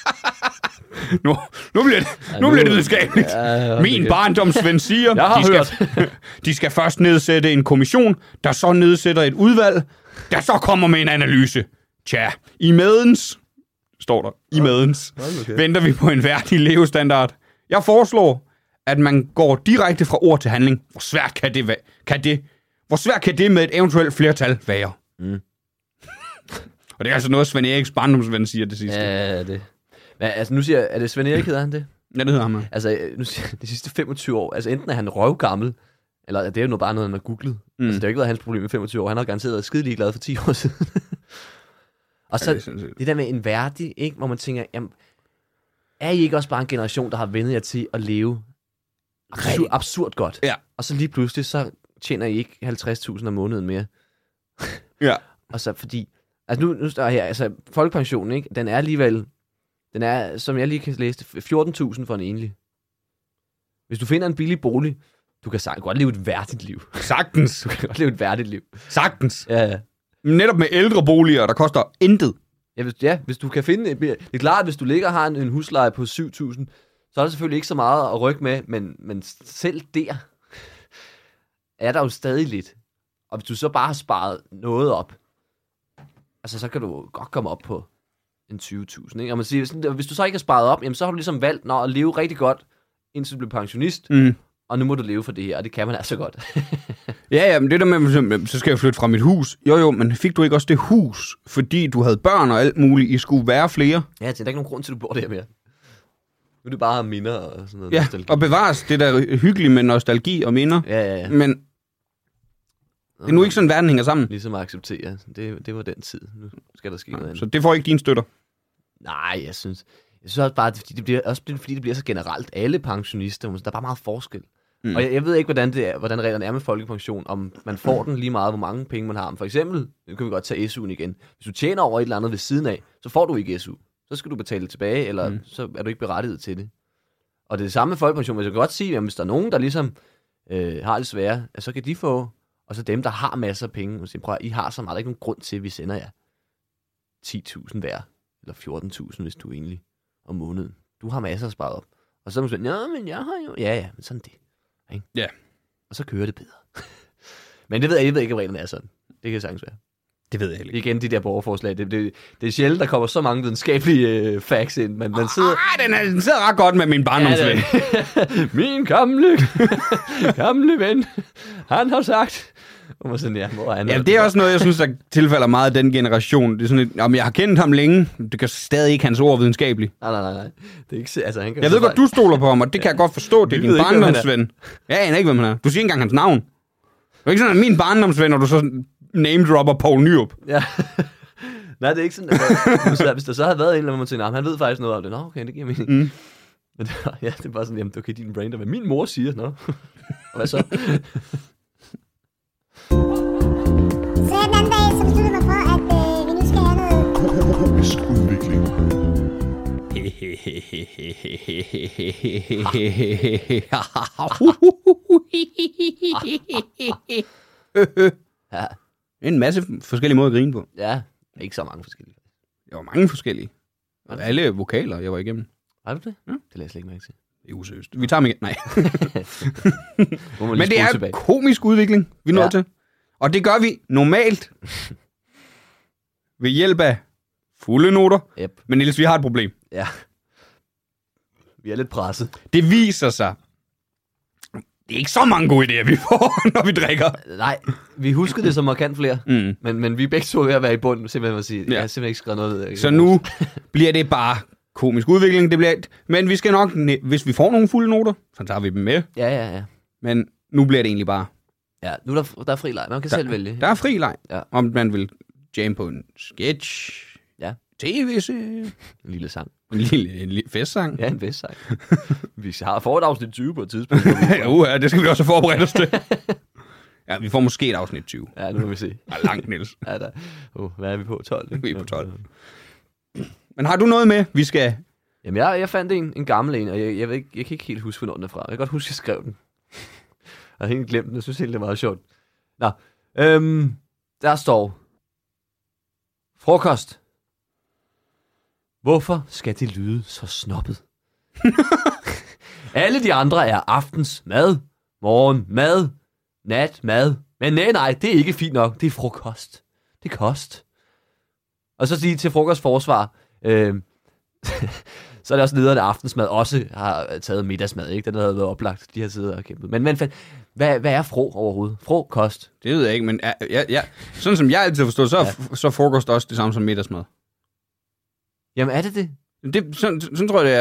[SPEAKER 1] nu, nu bliver det, nu bliver det videnskabeligt.
[SPEAKER 3] Ja,
[SPEAKER 1] Min barndomsven siger,
[SPEAKER 3] Jeg har
[SPEAKER 1] de, skal, de skal først nedsætte en kommission, der så nedsætter et udvalg, der så kommer med en analyse. Tja, i medens, står der, i medens,
[SPEAKER 3] okay.
[SPEAKER 1] venter vi på en værdig levestandard. Jeg foreslår, at man går direkte fra ord til handling. Hvor svært kan det, væ- kan det, hvor svært kan det med et eventuelt flertal være? Mm. Og det er altså noget, Svend Eriks barndomsven siger det sidste. Ja,
[SPEAKER 3] Ja, det. Men altså, nu siger jeg, er det Svend Erik, hedder han det?
[SPEAKER 1] ja det hedder ham. ja.
[SPEAKER 3] Altså, øh, nu siger jeg, de sidste 25 år, altså enten er han røvgammel, eller det er jo nu bare noget, han har googlet. Mm. Altså, det har ikke været hans problem i 25 år. Han har garanteret været skide glad for 10 år siden. Og så
[SPEAKER 1] det er
[SPEAKER 3] ja,
[SPEAKER 1] sindssygt.
[SPEAKER 3] det, det der med en værdig, ikke? hvor man tænker, jamen, er I ikke også bare en generation, der har vendet jer til at leve absurd, absurd godt?
[SPEAKER 1] Ja.
[SPEAKER 3] Og så lige pludselig, så tjener I ikke 50.000 om måneden mere.
[SPEAKER 1] Ja.
[SPEAKER 3] Og så fordi, altså nu, nu står jeg her, altså folkepensionen, ikke? Den er alligevel, den er, som jeg lige kan læse det, 14.000 for en enlig. Hvis du finder en billig bolig, du kan sagt, godt leve et værdigt liv. Du
[SPEAKER 1] Sagtens.
[SPEAKER 3] kan godt leve et værdigt liv.
[SPEAKER 1] Sagtens.
[SPEAKER 3] Ja, ja.
[SPEAKER 1] Netop med ældreboliger, der koster intet.
[SPEAKER 3] Ja, hvis, ja, hvis du kan finde et mere. Det er klart, at hvis du ligger og har en, en husleje på 7.000, så er der selvfølgelig ikke så meget at rykke med, men, men selv der er der jo stadig lidt. Og hvis du så bare har sparet noget op, altså så kan du godt komme op på en 20.000, ikke? Og man siger, sådan, hvis du så ikke har sparet op, jamen så har du ligesom valgt når, at leve rigtig godt, indtil du blev pensionist,
[SPEAKER 1] Mm.
[SPEAKER 3] og nu må du leve for det her, og det kan man altså godt.
[SPEAKER 1] Ja, ja, men det der med, så- så skal jeg flytte fra mit hus. Jo, jo, men fik du ikke også det hus, fordi du havde børn og alt muligt, I skulle være flere?
[SPEAKER 3] ja, jeg tænker, der er ikke nogen grund til, at du bor der mere. Nu er det bare minder og sådan noget.
[SPEAKER 1] Ja,
[SPEAKER 3] nostalgi.
[SPEAKER 1] og bevares det der hyggelige med nostalgi og minder.
[SPEAKER 3] ja, ja, ja.
[SPEAKER 1] Men det er nu ikke sådan, verden hænger sammen.
[SPEAKER 3] ligesom at acceptere, det, det var den tid. Nu skal der ske noget andet.
[SPEAKER 1] Så det får ikke dine støtter.
[SPEAKER 3] Nej, jeg synes, jeg synes også bare, at det- fordi det bliver, også fordi det bliver så generelt. Alle pensionister, der er bare meget forskel. Mm. Og jeg, jeg, ved ikke, hvordan, det er, hvordan reglerne er med folkepension, om man får den lige meget, hvor mange penge man har. Men for eksempel, nu kan vi godt tage SU'en igen. Hvis du tjener over et eller andet ved siden af, så får du ikke SU. Så skal du betale det tilbage, eller mm. så er du ikke berettiget til det. Og det er det samme med folkepension, men jeg kan godt sige, at hvis der er nogen, der ligesom øh, har det svære, at så kan de få, og så dem, der har masser af penge, og siger, prøv at, høre, I har så meget, der er ikke nogen grund til, at vi sender jer 10.000 hver, eller 14.000, hvis du er enlig om måneden. Du har masser sparet op. Og så er man sådan, ja, men jeg har jo... Ja, ja, men sådan er det. Ikke?
[SPEAKER 1] Ja.
[SPEAKER 3] Og så kører det bedre. men det ved jeg, jeg ved ikke, om reglerne er sådan. Det kan sagtens være.
[SPEAKER 1] Det ved jeg heller
[SPEAKER 3] Igen, de der borgerforslag. Det, det, det er sjældent, der kommer så mange videnskabelige øh, facts ind, men man sidder...
[SPEAKER 1] Ah, den, er, den sidder ret godt med min barndomsven. Ja,
[SPEAKER 3] Min gamle, gamle ven, han har sagt... Og man sådan, ja, hvor er han?
[SPEAKER 1] Jamen, det er også noget, jeg synes, der tilfalder meget af den generation. Det er sådan et, om jeg har kendt ham længe, det gør stadig ikke hans ord videnskabeligt.
[SPEAKER 3] Nej, nej, nej, nej. Det er ikke... se- Altså, han kan
[SPEAKER 1] Jeg ved godt, du stoler på ham, og det kan jeg godt forstå. Det er
[SPEAKER 3] Vi
[SPEAKER 1] din
[SPEAKER 3] ved ikke, hvem han er.
[SPEAKER 1] barndomsven. Ja, jeg aner ikke, hvem han er. Du siger ikke engang hans navn. Det er ikke sådan, at min barndomsven, og du så name-dropper Paul Nyrup.
[SPEAKER 3] Ja. nej, det er ikke sådan... Altså, hvis der- hvis der så havde været en eller anden, hvor man tænkte, "Nå, men han ved faktisk noget om det. Nå, okay, det giver mening. Mm. Men det var, ja, det er bare sådan, jamen, okay, din brain, der hvad min mor siger, nå. Og hvad så?
[SPEAKER 2] Så den anden dag, så besluttede jeg mig for, at øh, vi nu skal have noget
[SPEAKER 3] ja,
[SPEAKER 1] Det er en masse forskellige måder at grine på.
[SPEAKER 3] ja, ikke så mange forskellige.
[SPEAKER 1] Der var mange forskellige. Og alle vokaler, jeg var igennem.
[SPEAKER 3] Har du det?
[SPEAKER 1] Ja.
[SPEAKER 3] Det lader jeg slet ikke mærke til.
[SPEAKER 1] Det er useriøst. Vi tager dem igen. Nej.
[SPEAKER 3] Må man
[SPEAKER 1] Men
[SPEAKER 3] lige
[SPEAKER 1] det
[SPEAKER 3] spole
[SPEAKER 1] er
[SPEAKER 3] tilbage.
[SPEAKER 1] komisk udvikling, vi når
[SPEAKER 3] Ja.
[SPEAKER 1] til. Og det gør vi normalt ved hjælp af fulde noter.
[SPEAKER 3] Yep.
[SPEAKER 1] Men Niels, vi har et problem.
[SPEAKER 3] Ja. Vi er lidt presset.
[SPEAKER 1] Det viser sig. Det er ikke så mange gode idéer, vi får, når vi drikker.
[SPEAKER 3] Nej, vi huskede det som markant flere,
[SPEAKER 1] Mm.
[SPEAKER 3] men, men vi er begge to ved at være i bunden, simpelthen at sige, ja.
[SPEAKER 1] Ja.
[SPEAKER 3] jeg har simpelthen ikke skrevet noget ned. jeg kan
[SPEAKER 1] Så
[SPEAKER 3] ikke
[SPEAKER 1] nu
[SPEAKER 3] huske.
[SPEAKER 1] bliver det bare komisk udvikling. Det bliver, men vi skal nok, ne- hvis vi får nogle fulde noter, så tager vi dem med.
[SPEAKER 3] Ja, ja, ja.
[SPEAKER 1] Men nu bliver det egentlig bare,
[SPEAKER 3] Ja, nu er der, der er fri leg. Man kan
[SPEAKER 1] Der-
[SPEAKER 3] selv vælge.
[SPEAKER 1] der er fri leg.
[SPEAKER 3] Ja.
[SPEAKER 1] Om man vil jamme på en sketch,
[SPEAKER 3] Ja.
[SPEAKER 1] tv-serie,
[SPEAKER 3] En lille sang.
[SPEAKER 1] en lille, en lille festsang.
[SPEAKER 3] Ja, en vest sang. vi har får et afsnit 20 på et tidspunkt. hvor vi-
[SPEAKER 1] Uha, det skal vi også forberede os til. ja, vi får måske et afsnit 20.
[SPEAKER 3] ja, nu må vi se.
[SPEAKER 1] Ja, langt, Niels.
[SPEAKER 3] Ja, der. Oh, hvad er vi på? 12? ikke?
[SPEAKER 1] Vi er på 12. Men har du noget med, vi skal...
[SPEAKER 3] Jamen, jeg, jeg fandt en, en gammel en, og jeg, jeg, ved ikke, jeg kan ikke helt huske, hvornår den er fra. Jeg kan godt huske, jeg skrev den. Jeg har helt glemt den. Jeg synes helt, det var meget sjovt. Nå, øhm, der står... Frokost. Hvorfor skal det lyde så snobbet? Alle de andre er aftens mad, morgen mad, nat mad. Men nej, nej, det er ikke fint nok. Det er frokost. Det er kost. Og så sige til frokostforsvar, øh, så er det også lederne af aftensmad også har taget middagsmad, ikke? Den havde været oplagt, de har siddet og kæmpet. Men, men fa- hvad, hvad er fro overhovedet? Fro kost.
[SPEAKER 1] Det ved jeg ikke, men ja, ja, ja. sådan som jeg altid forstår, så, ja. så er frokost også det samme som middagsmad.
[SPEAKER 3] Jamen er det det?
[SPEAKER 1] Det, sådan, sådan tror jeg, det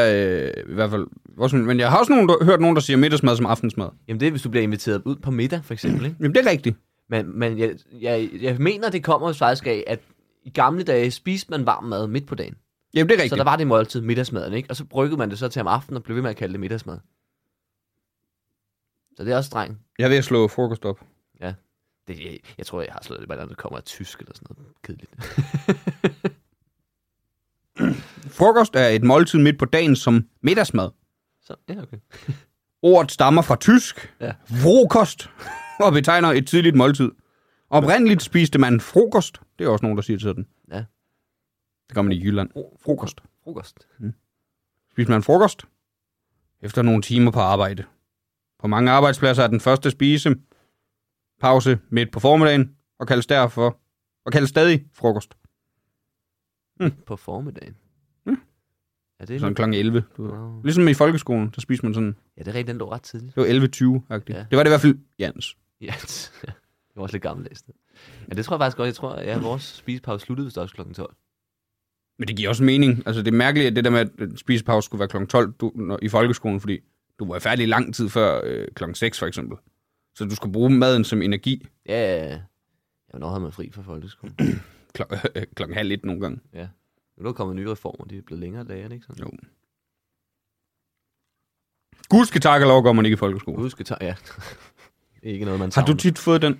[SPEAKER 1] er øh, i hvert fald. Også, men jeg har også nogen, der, hørt nogen, der siger middagsmad som aftensmad.
[SPEAKER 3] Jamen det er, hvis du bliver inviteret ud på middag, for eksempel, ikke?
[SPEAKER 1] Jamen, det er rigtigt.
[SPEAKER 3] Men, men jeg, jeg, jeg mener, det kommer faktisk af, at i gamle dage spiste man varm mad midt på dagen.
[SPEAKER 1] Jamen, det er
[SPEAKER 3] Så
[SPEAKER 1] rigtigt.
[SPEAKER 3] der var det måltid, middagsmaden, ikke? Og så bryggede man det så til om aftenen og blev ved med at kalde det middagsmad. Så det er også strengt.
[SPEAKER 1] Jeg er ved at slå frokost op.
[SPEAKER 3] Det, jeg, jeg tror, jeg har slået det bare, det kommer af tysk eller sådan noget kedeligt.
[SPEAKER 1] Frokost er et måltid midt på dagen som middagsmad.
[SPEAKER 3] Så, ja, okay.
[SPEAKER 1] Ordet stammer fra tysk.
[SPEAKER 3] Ja.
[SPEAKER 1] Frokost. Og betegner et tidligt måltid. Oprindeligt spiste man frokost. Det er også nogen, der siger det sådan.
[SPEAKER 3] Ja.
[SPEAKER 1] Det gør man i Jylland. Frokost.
[SPEAKER 3] Frokost.
[SPEAKER 1] Spiste man frokost? Efter nogle timer på arbejde. På mange arbejdspladser er den første spise pause midt på formiddagen, og kaldes derfor, og kaldes stadig frokost.
[SPEAKER 3] På formiddagen.
[SPEAKER 1] Ja.
[SPEAKER 3] Er det
[SPEAKER 1] Sådan kl. 11. Du ved.
[SPEAKER 3] Wow.
[SPEAKER 1] Ligesom i folkeskolen, der spiste man sådan,
[SPEAKER 3] Ja, det er rigtigt, den lå ret tidligt.
[SPEAKER 1] det var 11.20-agtigt.
[SPEAKER 3] Ja.
[SPEAKER 1] Ja. Det var det i hvert fald, Jens.
[SPEAKER 3] Ja, det var også lidt gammeldags. det. Ja, det tror jeg faktisk godt. Jeg tror, at ja, vores spisepause sluttede vist også kl. 12.
[SPEAKER 1] Men det giver også mening. Altså, det er mærkeligt, at det der med, at en spisepause skulle være kl. 12 du, når, i folkeskolen, fordi du var færdig lang tid før øh, kl. 6, for eksempel. Så du skulle bruge maden som energi
[SPEAKER 3] Ja, ja, ja. Ja, Hvornår havde man fri fra folkeskolen?
[SPEAKER 1] kl. Øh, klokken halv et nogle gange.
[SPEAKER 3] Nu er der kommet nye reformer, de er blevet længere dage, ikke sådan?
[SPEAKER 1] Jo. Gud skal takke og lov, gør man ikke i folkeskolen.
[SPEAKER 3] Husk, tager, ja. ikke noget, man
[SPEAKER 1] Har du
[SPEAKER 3] savner.
[SPEAKER 1] tit fået den?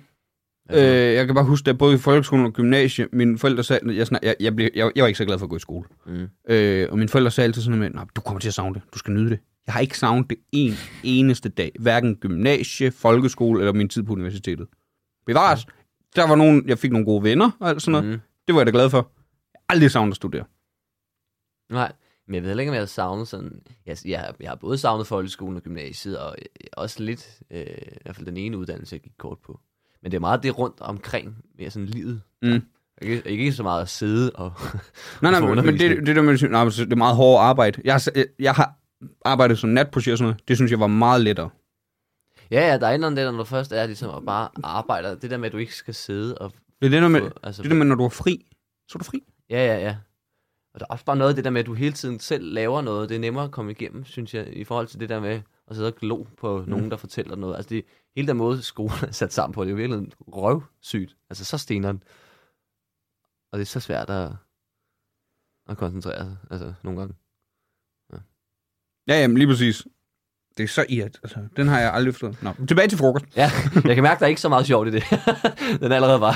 [SPEAKER 3] Altså,
[SPEAKER 1] Øh, jeg kan bare huske, da både i folkeskolen og gymnasie, mine forældre sagde, jeg, snak, jeg, jeg, blev, jeg, jeg var ikke så glad for at gå i skole.
[SPEAKER 3] Mm.
[SPEAKER 1] Øh, og mine forældre sagde altid sådan noget med, "Nå, du kommer til at savne det, du skal nyde det. Jeg har ikke savnet det en eneste dag, hverken gymnasie, folkeskole eller min tid på universitetet. Bevares. Der var nogen, jeg fik nogle gode venner og alt sådan noget. Mm.
[SPEAKER 3] Mm.
[SPEAKER 1] Det var jeg da glad for. Jeg har aldrig savnet at studere.
[SPEAKER 3] Nej, men jeg ved heller ikke, om jeg har savnet sådan... Jeg, jeg, jeg har både savnet folkeskolen og gymnasiet, og øh, også lidt, øh, i hvert fald den ene uddannelse, jeg gik kort på. Men det er meget det rundt omkring, mere sådan livet.
[SPEAKER 1] Mm.
[SPEAKER 3] Ikke, ikke så meget at sidde og...
[SPEAKER 1] Nej, nej,
[SPEAKER 3] For
[SPEAKER 1] men- men
[SPEAKER 3] undervisning.
[SPEAKER 1] det, det, der med, nej, men så det er meget hårdt arbejde. Jeg, har s- jeg, jeg har arbejdet som natprojekt og sådan noget. Det synes jeg var meget lettere.
[SPEAKER 3] ja, ja, der er et eller andet, der, når du først er ligesom og bare arbejder. Det der med, at du ikke skal sidde og...
[SPEAKER 1] Det er det der med,
[SPEAKER 3] få- altså,
[SPEAKER 1] det der med når du er fri, så er du fri.
[SPEAKER 3] Ja, ja, ja. Og der er også bare noget af det der med, at du hele tiden selv laver noget. Det er nemmere at komme igennem, synes jeg, i forhold til det der med at sidde og glo på mm. nogen, der fortæller noget. Altså, det, hele den måde, skolen er sat sammen på, det er jo virkelig røvsygt. Altså, så steneren. Og det er så svært at, at koncentrere sig, altså, nogle gange.
[SPEAKER 1] Ja, jamen lige præcis. Det er så irrit. Altså, den har jeg aldrig forstået. Nå, tilbage til frokost.
[SPEAKER 3] Ja, jeg kan mærke, der er ikke så meget sjovt i det. den er allerede bare...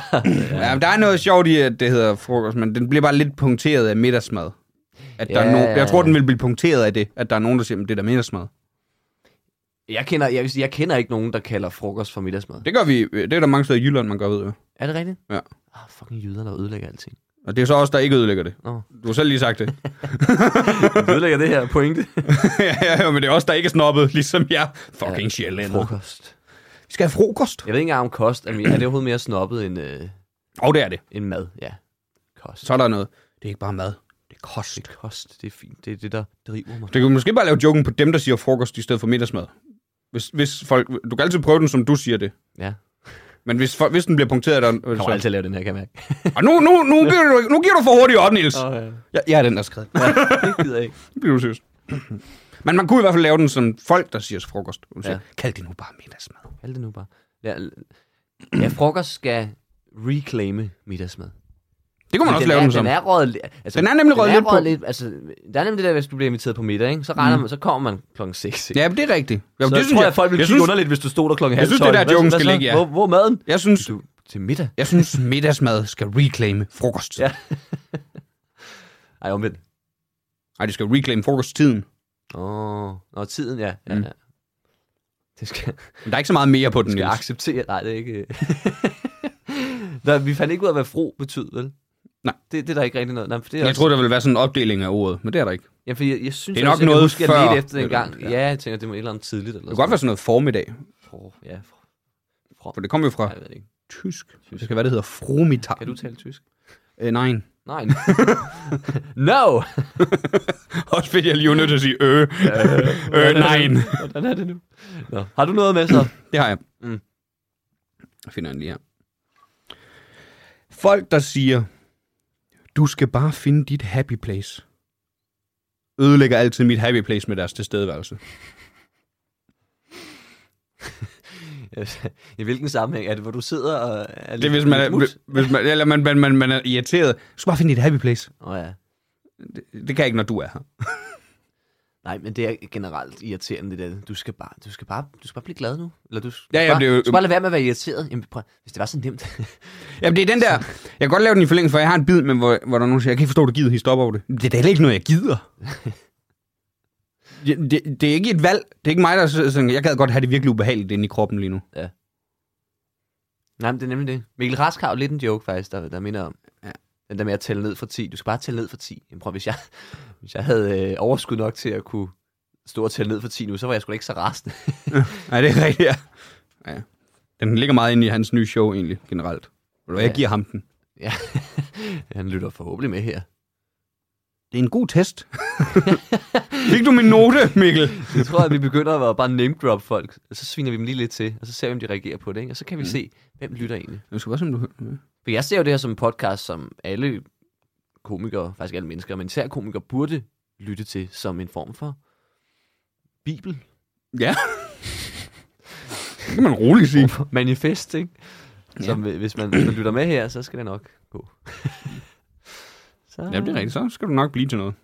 [SPEAKER 1] Ja. ja, der er noget sjovt i, at det hedder frokost, men den bliver bare lidt punkteret af middagsmad. At der
[SPEAKER 3] Ja.
[SPEAKER 1] er no... Jeg tror, den vil blive punkteret af det, at der er nogen, der siger, at det er da middagsmad.
[SPEAKER 3] Jeg kender, jeg, vil sige, jeg kender ikke nogen, der kalder frokost for middagsmad.
[SPEAKER 1] Det gør vi. øh, Det er der mange steder i Jylland, man gør ved. jo.
[SPEAKER 3] Er det rigtigt?
[SPEAKER 1] Ja.
[SPEAKER 3] Ah, fucking jyder, der ødelægger alting.
[SPEAKER 1] Og det er så også der ikke ødelægger det.
[SPEAKER 3] Nå.
[SPEAKER 1] Du har selv lige sagt det.
[SPEAKER 3] ødelægger det her pointe.
[SPEAKER 1] ja, ja, men det er også der ikke er snobbet, ligesom jeg. Fucking sjældent.
[SPEAKER 3] Frokost.
[SPEAKER 1] Vi skal have frokost.
[SPEAKER 3] Jeg ved ikke engang om kost. Er, mere, er det overhovedet mere snobbet end, øh,
[SPEAKER 1] Og det er det.
[SPEAKER 3] end mad? Ja. Kost.
[SPEAKER 1] Så er der noget. Det er ikke bare mad. Det er kost.
[SPEAKER 3] Det er kost, det er fint. Det er det, der driver mig.
[SPEAKER 1] Det kan måske bare lave joken på dem, der siger frokost i stedet for middagsmad. Hvis, hvis folk, du kan altid prøve den, som du siger det.
[SPEAKER 3] Ja.
[SPEAKER 1] Men hvis, for, hvis den bliver punkteret, der...
[SPEAKER 3] Jeg kommer aldrig til at lave den her, kan jeg mærke.
[SPEAKER 1] Og nu, nu, nu, giver du, nu giver du for hurtigt op, Niels.
[SPEAKER 3] Åh, ja.
[SPEAKER 1] Jeg, jeg er den, der skrev.
[SPEAKER 3] ja. Det gider jeg ikke.
[SPEAKER 1] Det bliver du seriøst. Men man kunne i hvert fald lave den som folk, der siger frokost. Du siger,
[SPEAKER 3] Ja.
[SPEAKER 1] Kald det nu bare middagsmad.
[SPEAKER 3] Kald det nu bare. Ja, l- ja frokost skal reclaime middagsmad.
[SPEAKER 1] Det kunne man også
[SPEAKER 3] den
[SPEAKER 1] lave
[SPEAKER 3] er,
[SPEAKER 1] den som.
[SPEAKER 3] Den er røget, li- altså,
[SPEAKER 1] Den er nemlig røget lidt på.
[SPEAKER 3] lidt altså, der er nemlig det der, hvis du bliver inviteret på middag, ikke? så, regner mm. man, så kommer man klokken 6. Ikke?
[SPEAKER 1] Ja, men det er rigtigt. Jamen,
[SPEAKER 3] så
[SPEAKER 1] det
[SPEAKER 3] jeg
[SPEAKER 1] synes
[SPEAKER 3] tror
[SPEAKER 1] jeg,
[SPEAKER 3] jeg, folk ville
[SPEAKER 1] jeg,
[SPEAKER 3] kigge
[SPEAKER 1] synes,
[SPEAKER 3] underligt, hvis du stod der klokken
[SPEAKER 1] Jeg
[SPEAKER 3] halv
[SPEAKER 1] synes, det er
[SPEAKER 3] 12.
[SPEAKER 1] der,
[SPEAKER 3] Hvad-
[SPEAKER 1] joken
[SPEAKER 3] hvad
[SPEAKER 1] skal
[SPEAKER 3] så?
[SPEAKER 1] ligge, ja.
[SPEAKER 3] Hvor, hvor er maden?
[SPEAKER 1] jeg synes,
[SPEAKER 3] Du, til middag.
[SPEAKER 1] jeg synes middagsmad skal reclaime frokost.
[SPEAKER 3] Ja. Ej, omvendt.
[SPEAKER 1] Nej, de skal reclaime frokosttiden.
[SPEAKER 3] Åh, oh, nå, tiden, ja. ja,
[SPEAKER 1] Mm.
[SPEAKER 3] ja. Det skal,
[SPEAKER 1] Men der er ikke så meget mere på den,
[SPEAKER 3] skal
[SPEAKER 1] Niels.
[SPEAKER 3] acceptere. Nej, det er ikke... Nå, vi fandt ikke ud af, hvad fro betød, vel?
[SPEAKER 1] Nej.
[SPEAKER 3] Det, det er der ikke rigtig noget. Nej, for det er
[SPEAKER 1] Jeg
[SPEAKER 3] også-
[SPEAKER 1] troede, der ville være sådan en opdeling af ordet, men det er der ikke.
[SPEAKER 3] Jamen, fordi jeg, jeg synes,
[SPEAKER 1] Det er nok
[SPEAKER 3] også, jeg kan
[SPEAKER 1] noget
[SPEAKER 3] huske, jeg
[SPEAKER 1] før-
[SPEAKER 3] ledte efter den
[SPEAKER 1] eller
[SPEAKER 3] gang.
[SPEAKER 1] noget,
[SPEAKER 3] Ja, jeg tænker, det må et eller andet tidligt. Eller
[SPEAKER 1] Det kunne godt være sådan noget formiddag,
[SPEAKER 3] For, ja, for,
[SPEAKER 1] for det kom jo fra
[SPEAKER 3] nej, jeg ved det ikke.
[SPEAKER 1] tysk. Det skal være, det hedder fromitar.
[SPEAKER 3] Kan du tale tysk?
[SPEAKER 1] Øh, nej.
[SPEAKER 3] Nej. no!
[SPEAKER 1] Også fordi jeg lige var nødt til at sige, øh, øh, nej.
[SPEAKER 3] Hvordan er det nu? Nå. Har du noget med så?
[SPEAKER 1] Det har jeg.
[SPEAKER 3] Mm.
[SPEAKER 1] Jeg finder den lige her. Folk, der siger, du skal bare finde dit happy place, ødelægger altid mit happy place med deres tilstedeværelse.
[SPEAKER 3] I hvilken sammenhæng? Er det, hvor du sidder og er
[SPEAKER 1] Det er, hvis man er, hvis man, eller man, man, man, man er irriteret. Du skal bare finde dit happy place.
[SPEAKER 3] Åh oh, ja.
[SPEAKER 1] Det, det kan jeg ikke, når du er her.
[SPEAKER 3] Nej, men det er generelt irriterende, det der. Du skal bare, du skal bare, du skal bare blive glad nu. Eller du, skal
[SPEAKER 1] Ja, ja,
[SPEAKER 3] bare,
[SPEAKER 1] det er jo-
[SPEAKER 3] du skal bare lade være med at være irriteret. Jamen, prøv, hvis det var så nemt.
[SPEAKER 1] Jamen, det er den der... Jeg kan godt lave den i forlængelse, for jeg har en bid, men hvor, hvor der er nogen der siger, jeg kan ikke forstå, at du gider hisse op over det. Det er da heller ikke noget, jeg gider. Det, det, det, er ikke et valg. Det er ikke mig, der sidder sådan, jeg gad godt have det virkelig ubehageligt inde i kroppen lige nu.
[SPEAKER 3] Nej, men det er nemlig det. Mikkel Rask har jo lidt en joke, faktisk, der, der minder om. Ja. Den der med at tælle ned fra 10. Du skal bare tælle ned fra 10. Jamen, prøv, hvis jeg, hvis jeg havde øh, overskud nok til at kunne stå og tælle ned fra 10 nu, så var jeg sgu da ikke så rasende.
[SPEAKER 1] Nej, det er rigtigt, ja. ja. Den ligger meget inde i hans nye show, egentlig, generelt. Ved du hvad, Jeg
[SPEAKER 3] Ja.
[SPEAKER 1] giver ham den.
[SPEAKER 3] ja. Han lytter forhåbentlig med her.
[SPEAKER 1] Det er en god test. Fik du min note, Mikkel?
[SPEAKER 3] Jeg tror, at vi begynder at bare name drop folk, og så sviner vi dem lige lidt til, og så ser vi, om de reagerer på det, ikke? og så kan vi mm. se, hvem lytter egentlig.
[SPEAKER 1] Jeg skal bare se, om du hører.
[SPEAKER 3] For jeg ser jo det her som en podcast, som alle komikere, faktisk alle mennesker, men især komikere, burde lytte til som en form for bibel,
[SPEAKER 1] Ja. det kan man roligt sige.
[SPEAKER 3] manifest, ikke? Som, øh, hvis, man, hvis man lytter med her, så skal det nok gå. så,
[SPEAKER 1] Ja, det er rigtigt. Så skal du nok blive til noget.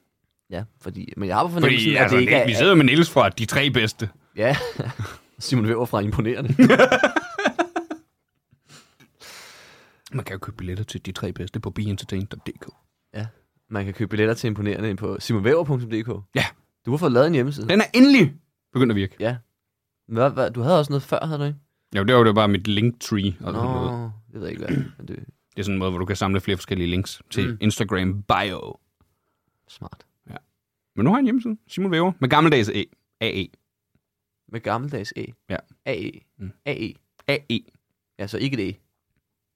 [SPEAKER 3] Ja, fordi, men jeg har på fornemmelsen,
[SPEAKER 1] Fordi
[SPEAKER 3] Fordi,
[SPEAKER 1] altså,
[SPEAKER 3] at det ikke er...
[SPEAKER 1] vi sidder med Niels fra de tre bedste.
[SPEAKER 3] Ja, Simon Væver fra Imponerende.
[SPEAKER 1] Man kan jo købe billetter til de tre bedste på beentertainment.dk.
[SPEAKER 3] ja, man kan købe billetter til Imponerende ind på simonvæver.dk.
[SPEAKER 1] Ja,
[SPEAKER 3] Du har fået lavet en hjemmeside.
[SPEAKER 1] den er endelig begyndt at virke.
[SPEAKER 3] Ja. Hvad, hvad, du havde også noget før, havde du ikke?
[SPEAKER 1] Ja, det var jo bare mit linktree. Og sådan noget.
[SPEAKER 3] Nå, det ved jeg ikke, hvad. Men det er
[SPEAKER 1] Det er sådan en måde, hvor du kan samle flere forskellige links til mm. Instagram bio.
[SPEAKER 3] smart.
[SPEAKER 1] Men nu har jeg en hjemmeside, Simon Væver, med gammeldags E. AE.
[SPEAKER 3] Med gammeldags E.
[SPEAKER 1] Ja.
[SPEAKER 3] AE.
[SPEAKER 1] Mm.
[SPEAKER 3] AE.
[SPEAKER 1] AE.
[SPEAKER 3] Ja, så ikke et E.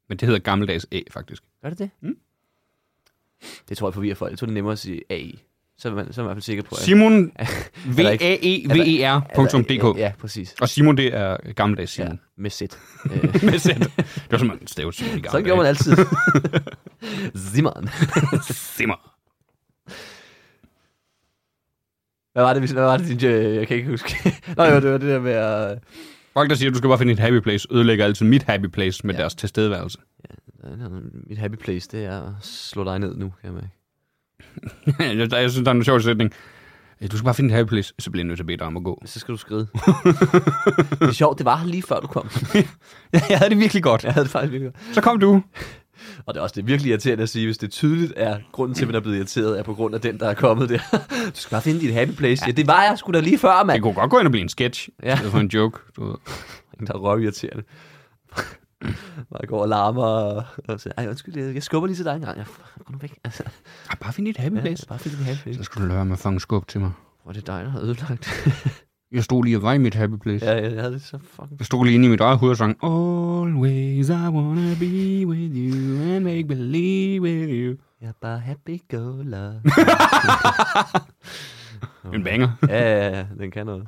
[SPEAKER 1] Men det hedder gammeldags E, faktisk.
[SPEAKER 3] Gør det det?
[SPEAKER 1] Mm.
[SPEAKER 3] Det tror jeg forvirrer folk. Jeg tror, det er nemmere at sige AE. Så er man, så er man i hvert fald sikker på, at...
[SPEAKER 1] Simon v
[SPEAKER 3] der
[SPEAKER 1] a e v e
[SPEAKER 3] Altså,
[SPEAKER 1] r.dk.
[SPEAKER 3] Ja, ja, præcis.
[SPEAKER 1] Og Simon, det er gammeldags
[SPEAKER 3] Ja,
[SPEAKER 1] Simon.
[SPEAKER 3] med Z. Øh,
[SPEAKER 1] Med Z. Det var som man stavede Simon i gamle
[SPEAKER 3] Sådan gjorde man altid. Zimmeren.
[SPEAKER 1] altid. Simon.
[SPEAKER 3] Hvad var det, vi- hvad var det, din... øh, Jeg kan ikke huske. Nå, jo, det var det der med at...
[SPEAKER 1] Folk, der siger, du skal bare finde et happy place, ødelægger altid mit happy place med ja.
[SPEAKER 3] Ja.
[SPEAKER 1] deres tilstedeværelse.
[SPEAKER 3] Mit happy place, det er at slå dig ned nu, kan jeg mærke.
[SPEAKER 1] jeg, jeg synes, der er en sjov sætning. Øh, Du skal bare finde et happy place, så bliver jeg nødt til at bede dig om at gå.
[SPEAKER 3] Så skal du skride. det er sjovt, det var her lige før du kom.
[SPEAKER 1] jeg havde det virkelig godt.
[SPEAKER 3] Jeg havde det faktisk virkelig godt.
[SPEAKER 1] Så kom du.
[SPEAKER 3] Og det er også det er virkelig irriterende at sige, hvis det tydeligt er, grunden til, at man er blevet irriteret, er på grund af den, der er kommet der. du skal bare finde dit happy place. Ja, det var jeg sgu da lige før,
[SPEAKER 1] Det
[SPEAKER 3] mand.
[SPEAKER 1] kunne godt gå ind og blive en sketch.
[SPEAKER 3] Ja.
[SPEAKER 1] Ja. Det var en joke. Du ved.
[SPEAKER 3] Det er røv irriterende. Man går og larmer og, og siger, ej undskyld, jeg, jeg skubber lige til dig en gang. Jeg går nu væk. Altså,
[SPEAKER 1] Ej, "Ah, bare finde et happy
[SPEAKER 3] ja,
[SPEAKER 1] place.
[SPEAKER 3] bare find dit happy
[SPEAKER 1] Så
[SPEAKER 3] place.
[SPEAKER 1] skulle du lade mig fange skub til mig.
[SPEAKER 3] Hvor er det dig, der har ødelagt.
[SPEAKER 1] Jeg stod lige og var i mit happy place.
[SPEAKER 3] ja, jeg havde det så fucking...
[SPEAKER 1] Jeg stod lige inde i mit eget hoved og sang Always I wanna be with you and make believe with you.
[SPEAKER 3] Jeg er bare happy go lucky.
[SPEAKER 1] En banger.
[SPEAKER 3] ja, ja, ja, den kan noget.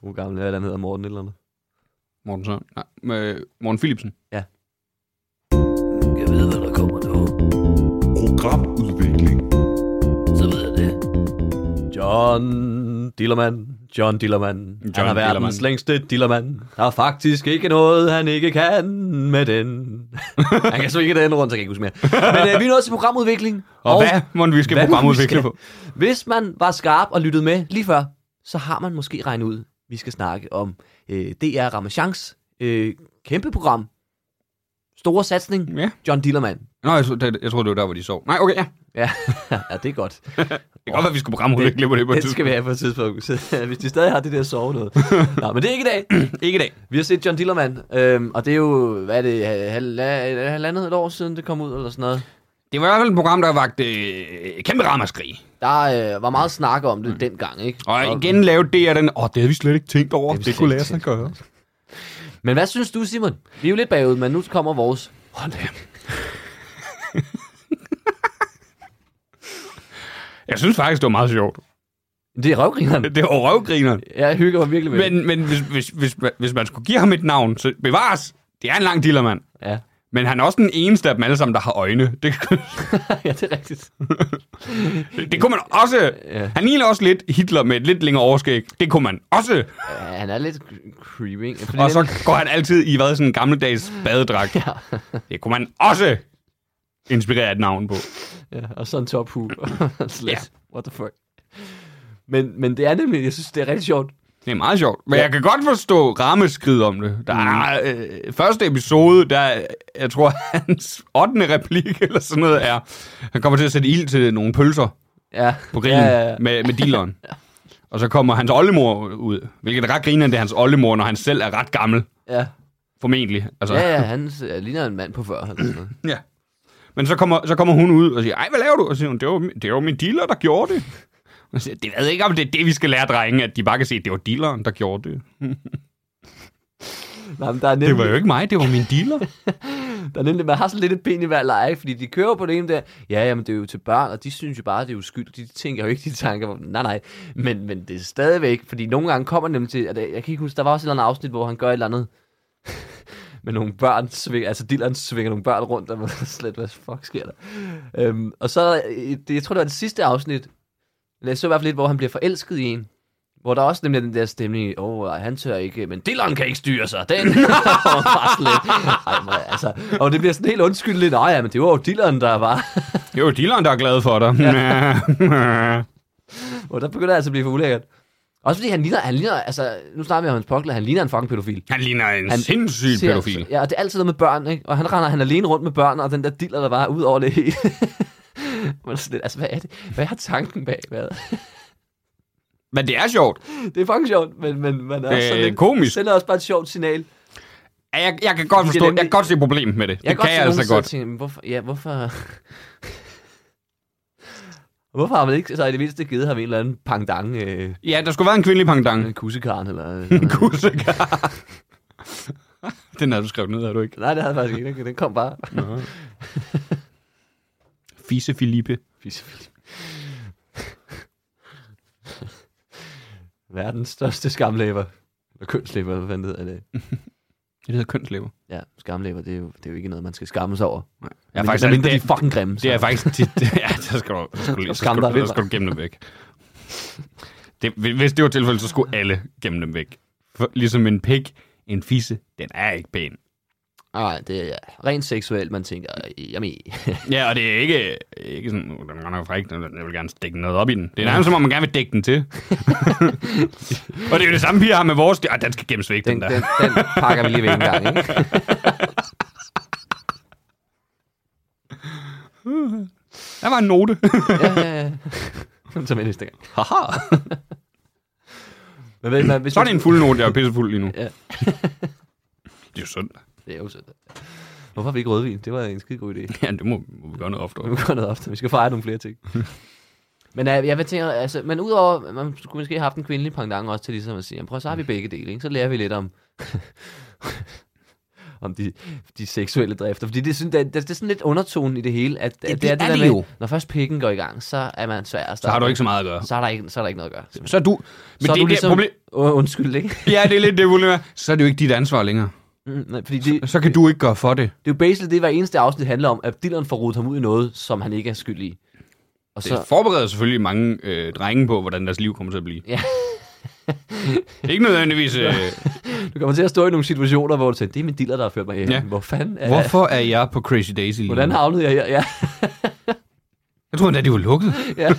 [SPEAKER 3] God gammel, hvad er det, han hedder Morten et eller andet.
[SPEAKER 1] Morten Søren. Nej, med Morten Philipsen.
[SPEAKER 4] Jeg ved, hvad der kommer nu.
[SPEAKER 5] Programudvikling.
[SPEAKER 4] Så ved jeg det.
[SPEAKER 3] John Dillermand, John Dillermand, John han er verdens
[SPEAKER 1] Dillermand.
[SPEAKER 3] længste Dillermand. Der er faktisk ikke noget, han ikke kan med den. han kan så ikke den rundt, så jeg kan jeg ikke huske mere. Men øh, vi er nået til programudvikling.
[SPEAKER 1] Og, og hvad må vi skal
[SPEAKER 3] hvad
[SPEAKER 1] programudvikle
[SPEAKER 3] vi skal.
[SPEAKER 1] på?
[SPEAKER 3] Hvis man var skarp og lyttede med lige før, så har man måske regnet ud, vi skal snakke om øh, DR Ramachans øh, kæmpe program. Store satsning,
[SPEAKER 1] Ja.
[SPEAKER 3] John Dillermand.
[SPEAKER 1] Nå, jeg, tro- det, jeg troede, det var der, hvor de sov. Nej, okay, ja.
[SPEAKER 3] Ja, ja, det er godt.
[SPEAKER 1] Det kan godt være, vi skal programudvikle på det på et
[SPEAKER 3] Det skal
[SPEAKER 1] tidspunkt.
[SPEAKER 3] vi have på et tidspunkt, så, hvis de stadig har det der sove noget. Nå, men det er ikke i dag.
[SPEAKER 1] Ikke i dag.
[SPEAKER 3] Vi har set John Dillermand, øhm, og det er jo, hvad er det, halvandet, halvandet et år siden det kom ud, eller sådan noget.
[SPEAKER 1] Det var i hvert fald et program, der vagt øh, kæmpe ramaskrig.
[SPEAKER 3] Der øh, var meget snak om det dengang, ikke?
[SPEAKER 1] Mm. Og igen lavede det af den, åh, det havde vi slet ikke tænkt over,
[SPEAKER 3] Det
[SPEAKER 1] det,
[SPEAKER 3] havde vi
[SPEAKER 1] det kunne
[SPEAKER 3] slet
[SPEAKER 1] lade
[SPEAKER 3] ikke
[SPEAKER 1] sig gøre.
[SPEAKER 3] Men hvad synes du, Simon? Vi er jo lidt bagud, men nu kommer vores. Hold da.
[SPEAKER 1] Jeg synes faktisk, det var meget sjovt.
[SPEAKER 3] Det er røvgrineren.
[SPEAKER 1] Det var røvgrineren.
[SPEAKER 3] Jeg hygger mig virkelig med det.
[SPEAKER 1] Men, men hvis, hvis, hvis, hvis man skulle give ham et navn, så bevares, det er en lang dillermand.
[SPEAKER 3] Ja.
[SPEAKER 1] Men han er også den eneste af dem alle sammen, der har øjne. Det,
[SPEAKER 3] ja, det er rigtigt.
[SPEAKER 1] det kunne man også.
[SPEAKER 3] Ja.
[SPEAKER 1] Han ligner også lidt Hitler med et lidt længere overskæg. Det kunne man også.
[SPEAKER 3] Ja, han er lidt cre- creepy, ikke? Fordi
[SPEAKER 1] Og så
[SPEAKER 3] den-
[SPEAKER 1] går han altid i hvad, sådan en gammeldags badedragt.
[SPEAKER 3] Ja,
[SPEAKER 1] Det kunne man også inspirere et navn på.
[SPEAKER 3] ja, og så en tophue.
[SPEAKER 1] Ja.
[SPEAKER 3] ja. What the fuck? Men, men det er nemlig, jeg synes, det er rigtig sjovt.
[SPEAKER 1] Det er meget sjovt. Men ja.
[SPEAKER 3] Ja. Mm.
[SPEAKER 1] jeg kan godt forstå rammeskrid om det. Der er øh, første episode, der jeg tror, hans 8. replik eller sådan noget er, han kommer til at sætte ild til nogle pølser
[SPEAKER 3] Ja.
[SPEAKER 1] på grillen
[SPEAKER 3] Ja, ja, ja.
[SPEAKER 1] med, med dealeren. Og så kommer hans oldemor ud, hvilket er ret grinerende, det er hans oldemor, når han selv er ret gammel,
[SPEAKER 3] ja.
[SPEAKER 1] formentlig. Altså,
[SPEAKER 3] Ja, ja, han øh, ligner en mand på før. Eller sådan noget.
[SPEAKER 1] ja. Men så kommer, så kommer hun ud og siger, ej, hvad laver du? Og så siger hun, det var, min- det var min dealer, der gjorde det. Og så siger, jeg, det ved jeg ikke, om det er det, vi skal lære drenge, at de bare kan se, at det var dealeren, der gjorde det.
[SPEAKER 3] Nej, men der er nemlig,
[SPEAKER 1] Det var jo ikke mig, det var min dealer.
[SPEAKER 3] der er nemlig, man har sådan lidt et ben i hver leje, fordi de kører på det ene der, ja, jamen det er jo til børn, og de synes jo bare, det er uskyldigt, de tænker jo ikke de tanker, hvor- nej, nej, men, men det er stadigvæk, fordi nogle gange kommer det nemlig til, at øh, jeg jeg kan ikke huske, der var også et eller andet afsnit, hvor han gør et eller andet, med nogle børn, sving, altså Dylan svinger nogle børn rundt, og man er slet, hvad fuck sker der? Øhm, og så, øh, det, jeg tror, det var det sidste afsnit, eller jeg så i hvert fald lidt, hvor han bliver forelsket i en, hvor der også nemlig er den der stemning, åh, oh, han tør ikke, men Dylan kan ikke styre sig, den. og, bare sådan lidt, Ej, men, altså, og det bliver sådan helt undskyldeligt, nej, ja, men det var jo Dylan, der var,
[SPEAKER 1] Det er jo dealeren, der er glad for dig.
[SPEAKER 3] og der begynder det altså at blive for ulækkert. Også fordi han ligner, han ligner, altså, nu snakker vi om hans pokler, han ligner en fucking pædofil.
[SPEAKER 1] han ligner en han
[SPEAKER 3] Han
[SPEAKER 1] sindssyg
[SPEAKER 3] Ser-
[SPEAKER 1] pædofil.
[SPEAKER 3] Ja, og det er altid noget med børn, ikke? Og han render han er alene rundt med børn, og den der diller, der var ud over det hele. Man er sådan lidt, altså, hvad er det? Hvad er tanken bag? Hvad?
[SPEAKER 1] Men det er sjovt.
[SPEAKER 3] Det er fucking sjovt, men, men man er
[SPEAKER 1] Det er
[SPEAKER 3] også sådan lidt...
[SPEAKER 1] komisk.
[SPEAKER 3] sender også bare et sjovt signal.
[SPEAKER 1] Ja, Jeg, jeg kan godt
[SPEAKER 3] Det er
[SPEAKER 1] forstå, jeg
[SPEAKER 3] nemlig-
[SPEAKER 1] kan godt se problemet med det. det kan
[SPEAKER 3] se
[SPEAKER 1] jeg
[SPEAKER 3] nogen
[SPEAKER 1] altså
[SPEAKER 3] sidde og
[SPEAKER 1] godt.
[SPEAKER 3] Tænke, "Men hvorfor, ja, hvorfor... hvorfor har man ikke så i det mindste givet ham en eller anden pangdang, øh,
[SPEAKER 1] Ja, der skulle være en kvindelig pangdang.
[SPEAKER 3] en kussekarn eller... øh,
[SPEAKER 1] En kussekar. Den havde du skrevet ned, havde du ikke?
[SPEAKER 3] Nej, det havde jeg faktisk ikke. Den- Den kom bare.
[SPEAKER 1] Fise Filippe.
[SPEAKER 3] Fisse Philip. Verdens største skamlæber. Eller kønslæber, hvad fanden hedder det?
[SPEAKER 1] Det hedder kønslever.
[SPEAKER 3] Ja, skamlæber, det er, jo, det er jo ikke noget, man skal skamme sig over. Nej.
[SPEAKER 1] Jeg er faktisk,
[SPEAKER 3] men, altså mindre
[SPEAKER 1] det,
[SPEAKER 3] de er
[SPEAKER 1] det,
[SPEAKER 3] fucking grimme.
[SPEAKER 1] det er
[SPEAKER 3] så.
[SPEAKER 1] faktisk tit. Ja, så skal du, så skal du, så skal
[SPEAKER 3] skamme dig
[SPEAKER 1] du,
[SPEAKER 3] lidt,
[SPEAKER 1] så skal du gemme dem væk. Det, hvis det var tilfældet, så skulle alle gemme dem væk. For, ligesom en pik, en fisse, den er ikke pæn.
[SPEAKER 3] Nej, det er ja, rent seksuelt, man tænker, jamen,
[SPEAKER 1] Ja, og det er ikke, ikke sådan, "Uh, den er godt nok fræk, den- jeg vil gerne stikke noget op i den. Det er nærmest som om, man gerne vil dække den til. og det er jo det samme, piger har med vores. Ej, den skal gemmes væk, den,
[SPEAKER 3] den,
[SPEAKER 1] der.
[SPEAKER 3] den, den pakker vi lige ved en gang, ikke?
[SPEAKER 1] Der var en note.
[SPEAKER 3] Ja, ja, ja. Som tager med næste gang. Haha! Men ved man, hvis
[SPEAKER 1] så er det en fuld note, jeg er pissefuld lige nu.
[SPEAKER 3] Ja.
[SPEAKER 1] det er jo søndag.
[SPEAKER 3] Det er jo sødt. Hvorfor har vi ikke rødvin? Det var en skide god idé.
[SPEAKER 1] Ja, det må, må vi gøre noget oftere.
[SPEAKER 3] Nu går noget ofte. Vi skal fejre nogle flere ting. men øh, jeg vil tænke, altså, men udover, man skulle måske have haft en kvindelig pendant også til ligesom at sige, jamen, prøv, så har vi begge dele, ikke? så lærer vi lidt om, om de, de seksuelle drifter. Fordi det, synes, det, er- det, det er sådan lidt undertonen i det hele, at, at
[SPEAKER 1] det
[SPEAKER 3] det er det,
[SPEAKER 1] er
[SPEAKER 3] der
[SPEAKER 1] det
[SPEAKER 3] med,
[SPEAKER 1] jo.
[SPEAKER 3] når først pikken går i gang, så er man svær.
[SPEAKER 1] Så har du ikke så meget at gøre.
[SPEAKER 3] så er der ikke, så er der ikke noget at gøre. simpelthen.
[SPEAKER 1] Så er du... Men
[SPEAKER 3] så
[SPEAKER 1] det
[SPEAKER 3] er
[SPEAKER 1] er
[SPEAKER 3] du
[SPEAKER 1] det
[SPEAKER 3] ligesom,
[SPEAKER 1] problem...
[SPEAKER 3] Åh, undskyld, ikke?
[SPEAKER 1] Ja, det er lidt det problem. er, Så er det jo ikke dit ansvar længere.
[SPEAKER 3] Mm, nej, fordi det,
[SPEAKER 1] Så kan du ikke gøre for det.
[SPEAKER 3] Det er jo basically det, hver eneste afsnit handler om, at Dylan får rodet ham ud i noget, som han ikke er skyld i. Og
[SPEAKER 1] Det
[SPEAKER 3] så,
[SPEAKER 1] forbereder selvfølgelig mange øh, drenge på, hvordan deres liv kommer til at blive.
[SPEAKER 3] Ja.
[SPEAKER 1] Det er ikke nødvendigvis... Øh,
[SPEAKER 3] du kommer til at stå i nogle situationer, hvor du tænker, det er min dealer, der har ført mig her. Ja.
[SPEAKER 1] Ja.
[SPEAKER 3] Hvor fanden er
[SPEAKER 1] hvorfor er jeg på Crazy Daisy lige
[SPEAKER 3] Hvordan
[SPEAKER 1] nu?
[SPEAKER 3] havnede jeg her? Ja.
[SPEAKER 1] Jeg troede endda, de var lukket.
[SPEAKER 3] ja.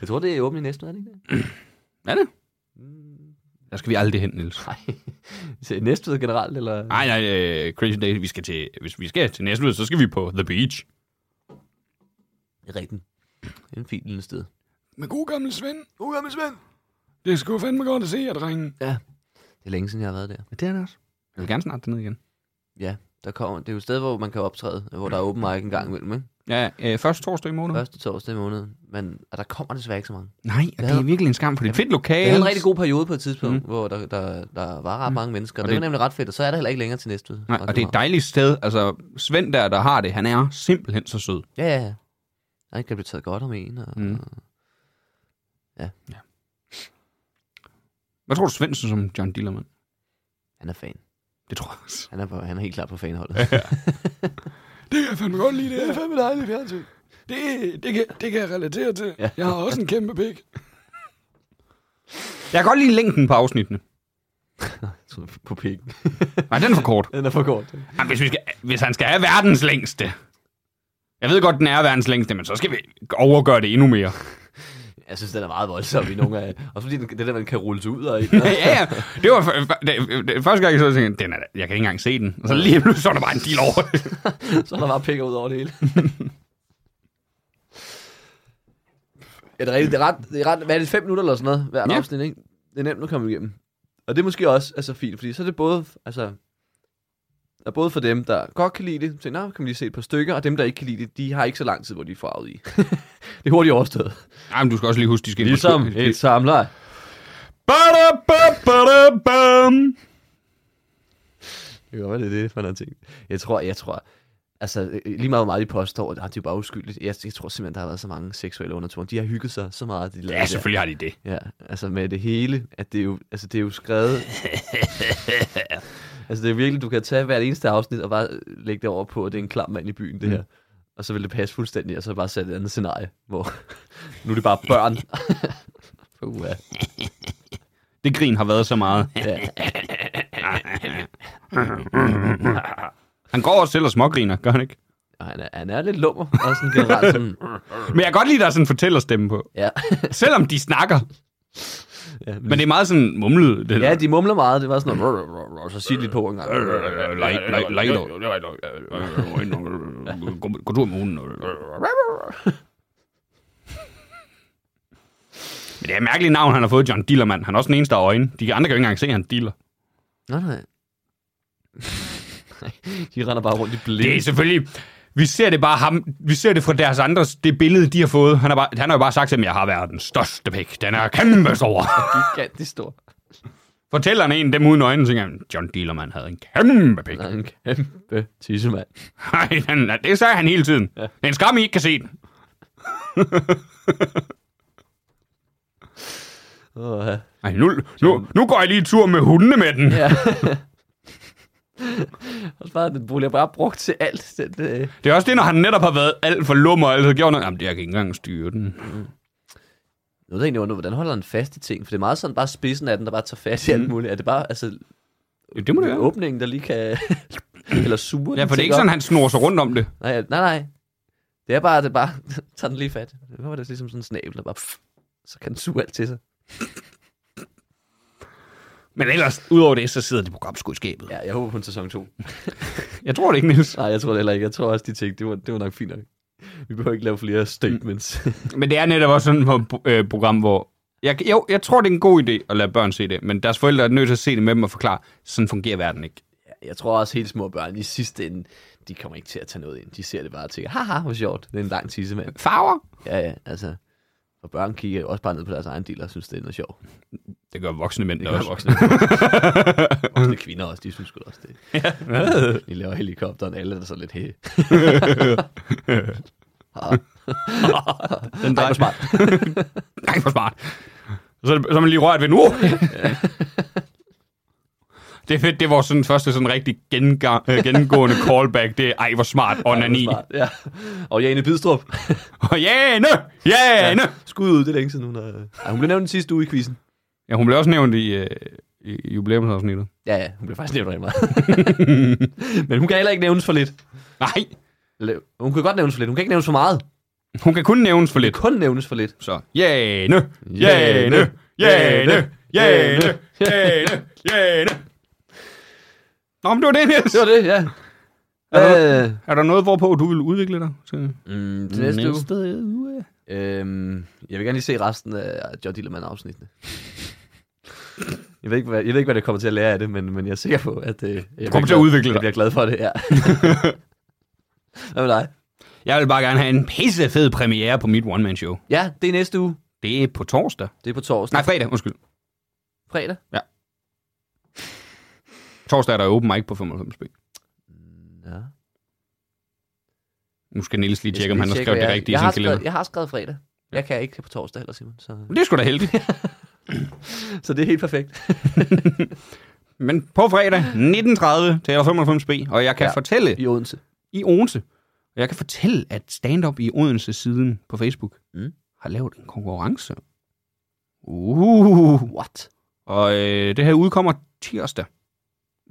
[SPEAKER 3] Jeg tror, det er åbent i næste uge, er det ikke det?
[SPEAKER 1] Er det? Der skal vi aldrig hen, Niels.
[SPEAKER 3] Nej. Til næste uge generelt, eller?
[SPEAKER 1] Nej, nej, øh, Crazy Daisy, vi skal til, hvis vi skal til næste uge, så skal vi på The Beach.
[SPEAKER 3] Rigtigt. Det er en fin lille sted.
[SPEAKER 1] Med god gammel Svend.
[SPEAKER 3] Uh, gammel Svend!
[SPEAKER 1] Det er sgu fandme godt at se jer, drenge.
[SPEAKER 3] Det er længe siden, jeg har været der.
[SPEAKER 1] Ja, det er det også. Jeg vil gerne snart derned igen.
[SPEAKER 3] Ja, der kommer, det er jo et sted, hvor man kan optræde, hvor der er open mic en gang imellem, ikke?
[SPEAKER 1] Ja, øh, første torsdag i måneden.
[SPEAKER 3] Første torsdag i måneden. Men, og der kommer desværre ikke så mange.
[SPEAKER 1] Nej, og det er virkelig en skam, for det er et fedt
[SPEAKER 3] Jeg
[SPEAKER 1] lokale.
[SPEAKER 3] havde en rigtig god periode på et tidspunkt, mm. hvor der, der, der var ret mange mennesker. Og det,
[SPEAKER 1] det-
[SPEAKER 3] var nemlig ret fedt, og så er der heller ikke længere til næste uge.
[SPEAKER 1] Nej, og det er et dejligt sted. Altså, Svend der, der har det, han er simpelthen så sød.
[SPEAKER 3] Ja, ja, ja. Han kan blive taget godt om en. Og, mm.
[SPEAKER 1] Mm.
[SPEAKER 3] og,
[SPEAKER 1] Hvad tror du, Svend synes om John Dillermand?
[SPEAKER 3] han er fan.
[SPEAKER 1] Det tror jeg også.
[SPEAKER 3] Han er, på, han er helt klar på fanholdet.
[SPEAKER 1] Det kan jeg fandme godt lide, det
[SPEAKER 3] fandme dejligt fjernsyn.
[SPEAKER 1] Det, det, kan, det kan jeg relatere til.
[SPEAKER 3] Ja.
[SPEAKER 1] Jeg har også en kæmpe pik. Jeg kan godt lide længden på afsnittene.
[SPEAKER 3] På pikken.
[SPEAKER 1] Nej, den er for kort.
[SPEAKER 3] Den er for kort.
[SPEAKER 1] Jamen, hvis, vi skal, hvis han skal have verdens længste. Jeg ved godt, den er verdens længste, men så skal vi overgøre det endnu mere.
[SPEAKER 3] Jeg synes, den er meget voldsom i nogle af... Også fordi den, det der, man kan rulle sig ud af.
[SPEAKER 1] ja, ja. Det var f- f- det, det, første gang, jeg så det, tænkte jeg, den er, da- jeg kan ikke engang se den. Og så lige pludselig så er der bare en deal over det.
[SPEAKER 3] Så er der bare pikker ud over det hele. ja, det er rigtigt. Det er ret, det er ret, hvad er det, fem minutter eller sådan noget, hver ja.
[SPEAKER 1] Ja.
[SPEAKER 3] afsnit, ikke? Det er nemt at komme igennem. Og det er måske også altså, fint, fordi så er det både, altså, er både for dem, der godt kan lide det, så kan man lige se et par stykker, og dem, der ikke kan lide det, de har ikke så lang tid, hvor de er farvet i. det er hurtigt overstået.
[SPEAKER 1] Nej, men du skal også lige huske, de skal ind på
[SPEAKER 3] Ligesom
[SPEAKER 1] sku- de-
[SPEAKER 3] samler.
[SPEAKER 1] Ba-da-ba-ba-da-bam.
[SPEAKER 3] Det kan godt være, det er det, man har tænkt. Jeg tror, jeg tror, altså øh, lige meget hvor meget de påstår, at de er bare uskyldigt. Jeg, jeg tror simpelthen, der har været så mange seksuelle undertoner. De har hygget sig så meget. De
[SPEAKER 1] Ja, selvfølgelig har de det.
[SPEAKER 3] Ja, altså med det hele, at det er jo, altså det er jo skrevet... altså det er virkelig, du kan tage hvert eneste afsnit og bare øh, lægge det over på, at det er en klam mand i byen,
[SPEAKER 1] Mm.
[SPEAKER 3] det her. Og så vil det passe fuldstændig, og så bare sætte et andet scenarie, hvor nu er det bare børn. uh, ja.
[SPEAKER 1] Det grin har været så meget.
[SPEAKER 3] Ja.
[SPEAKER 1] Han går også selv og smågriner, gør han ikke?
[SPEAKER 3] Og han, er, han er lidt lummer, og sådan generelt sådan...
[SPEAKER 1] Men jeg kan godt lide, at der er sådan en fortællerstemme på.
[SPEAKER 3] Ja.
[SPEAKER 1] Selvom de snakker.
[SPEAKER 3] ja,
[SPEAKER 1] Men det er meget sådan mumlet. Det
[SPEAKER 3] ja, de mumler meget, det var sådan noget... "Rrr, rrr, rrr," og Så sig lidt på en
[SPEAKER 1] Øh,
[SPEAKER 3] gang.
[SPEAKER 1] Gå tur med hunden. Men det er et mærkeligt navn, han har fået, John Dillermand. Han er også den eneste af øjne. De andre kan jo ikke engang se, at han dealer.
[SPEAKER 3] Nej, nej. Nej, de render bare rundt i blinde.
[SPEAKER 1] Det er selvfølgelig... Vi ser det bare ham, vi ser det fra deres andres, det billede, de har fået. Han, er bare, han har jo bare sagt til dem, jeg har været den største pik. Den er kæmpe stor.
[SPEAKER 3] gigantisk stor.
[SPEAKER 1] Fortæller han en dem uden øjnene, tænker han, John Dillermand havde en kæmpe pik.
[SPEAKER 3] Han er en kæmpe tissemand.
[SPEAKER 1] Nej, den, det sagde han hele tiden.
[SPEAKER 3] Ja.
[SPEAKER 1] Ja. Det er en skam, I ikke kan se den.
[SPEAKER 3] Åh, ja.
[SPEAKER 1] Ej, nu, nu, nu går jeg lige en tur med hundene med den. Ja.
[SPEAKER 3] ja. Og så bare, den bolig er bare brugt til alt. Den, øh.
[SPEAKER 1] Det er også det, når han netop har været alt for lummer og altid gjort noget. Jamen, det- jeg kan ikke engang styre den.
[SPEAKER 3] Noget, der egentlig undrer, hvordan holder den fast i ting? For det er meget sådan bare spidsen af den, der bare tager fat i alt muligt. Er det bare altså,
[SPEAKER 1] Ja, Mm. det må det være.
[SPEAKER 3] åbningen, der lige kan... eller suger
[SPEAKER 1] Ja,
[SPEAKER 3] den
[SPEAKER 1] for det er
[SPEAKER 3] ting
[SPEAKER 1] ikke
[SPEAKER 3] op?
[SPEAKER 1] sådan, han snor sig rundt om det.
[SPEAKER 3] Nej, nej, nej. Det er bare, at det bare tager den lige fat. Det var det ligesom sådan en snabel, der bare... Pff, så kan den suge alt til sig.
[SPEAKER 1] Men ellers, udover det, så sidder det program sgu i skabet. Ja.
[SPEAKER 3] Ja, jeg håber på en sæson 2.
[SPEAKER 1] Jeg tror det ikke, Niels.
[SPEAKER 3] Nej, jeg tror det heller ikke. Jeg tror også, de tænkte, det var, det var nok fint nok. Vi behøver ikke lave flere statements.
[SPEAKER 1] Men det er netop også sådan et pro- øh, program, hvor... Jeg, jo, jeg tror, det er en god idé at lade børn se det, men deres forældre er nødt til at se det med dem og forklare, sådan fungerer verden ikke.
[SPEAKER 3] Jeg tror også, helt små børn i sidste ende, de kommer ikke til at tage noget ind. De ser det bare og tænker, haha, hvor sjovt. Det er en lang tissemand.
[SPEAKER 1] Farver?
[SPEAKER 3] Ja, ja, altså. Og børn kigger jo også bare ned på deres egen del og synes, det er noget sjovt.
[SPEAKER 1] Det gør voksne mænd
[SPEAKER 3] Det
[SPEAKER 1] det
[SPEAKER 3] gør
[SPEAKER 1] også.
[SPEAKER 3] voksne. voksne kvinder også, de synes sgu da også det. Ja. De laver helikopteren, alle er så lidt hæ.
[SPEAKER 1] Den
[SPEAKER 3] Ej, hvor smart.
[SPEAKER 1] Nej, for smart. Så, er det- så er man lige rørt ved nu. det er fedt, det var sådan første sådan rigtig genga- øh, gennemgående callback. Det er, ej, hvor smart, onani.
[SPEAKER 3] Ej, hvor smart, Ja. Og Jane Bidstrup.
[SPEAKER 1] Og Jane! Jane! Ja.
[SPEAKER 3] Skud ud, det er længe siden, hun har... Ej, hun blev nævnt den sidste uge i quizzen.
[SPEAKER 1] ja, hun blev også nævnt i, øh, i jubilæumsafsnittet.
[SPEAKER 3] Ja, ja, hun blev faktisk nævnt rigtig meget. Men hun kan heller ikke nævnes for lidt.
[SPEAKER 1] Nej,
[SPEAKER 3] Eller, Hun kan godt nævnes for lidt, hun kan ikke nævnes for meget.
[SPEAKER 1] hun kan kun nævnes for
[SPEAKER 3] Det
[SPEAKER 1] lidt.
[SPEAKER 3] kan kun nævnes for lidt.
[SPEAKER 1] Så, Jane! Jane! Jane! Jane! Jane! Jane! Nå, men det var det, Niels.
[SPEAKER 3] Det var det, ja.
[SPEAKER 1] Er
[SPEAKER 3] Øh,
[SPEAKER 1] Er der noget, hvorpå du vil udvikle dig? Til?
[SPEAKER 3] mm, til næste uge. Øhm, jeg vil gerne lige se resten af John Dillermand-afsnittene. Jeg ved, ikke, hvad, jeg ved ikke, hvad det kommer til at lære af det, men, men jeg er sikker på, at øh, jeg bliver
[SPEAKER 1] til at
[SPEAKER 3] glad-
[SPEAKER 1] udvikle dig.
[SPEAKER 3] Jeg bliver glad for det, ja. hvad med dig?
[SPEAKER 1] Jeg vil bare gerne have en pisse fed premiere på mit one-man-show.
[SPEAKER 3] Ja, det er næste uge.
[SPEAKER 1] Det er på torsdag.
[SPEAKER 3] Det er på torsdag.
[SPEAKER 1] Nej, fredag, undskyld.
[SPEAKER 3] fredag.
[SPEAKER 1] Torsdag er der open mic på 95B.
[SPEAKER 3] Ja. Nu
[SPEAKER 1] Nu skal Niels lige tjekke, om han har skrevet det rigtige i
[SPEAKER 3] jeg har
[SPEAKER 1] sin
[SPEAKER 3] skrevet,
[SPEAKER 1] kalender.
[SPEAKER 3] jeg har skrevet fredag. Jeg kan ikke på torsdag heller, Simon. Så,
[SPEAKER 1] Det er sgu da heldigt.
[SPEAKER 3] så det er helt perfekt.
[SPEAKER 1] Men på fredag 19.30 til 95B, og jeg kan
[SPEAKER 3] Ja.
[SPEAKER 1] ja. fortælle
[SPEAKER 3] I Odense.
[SPEAKER 1] i Odense, og jeg kan fortælle, at stand-up i Odense siden på Facebook
[SPEAKER 3] Mm.
[SPEAKER 1] mm. har lavet en konkurrence. Uh.
[SPEAKER 3] What?
[SPEAKER 1] Og øh, det her udkommer tirsdag.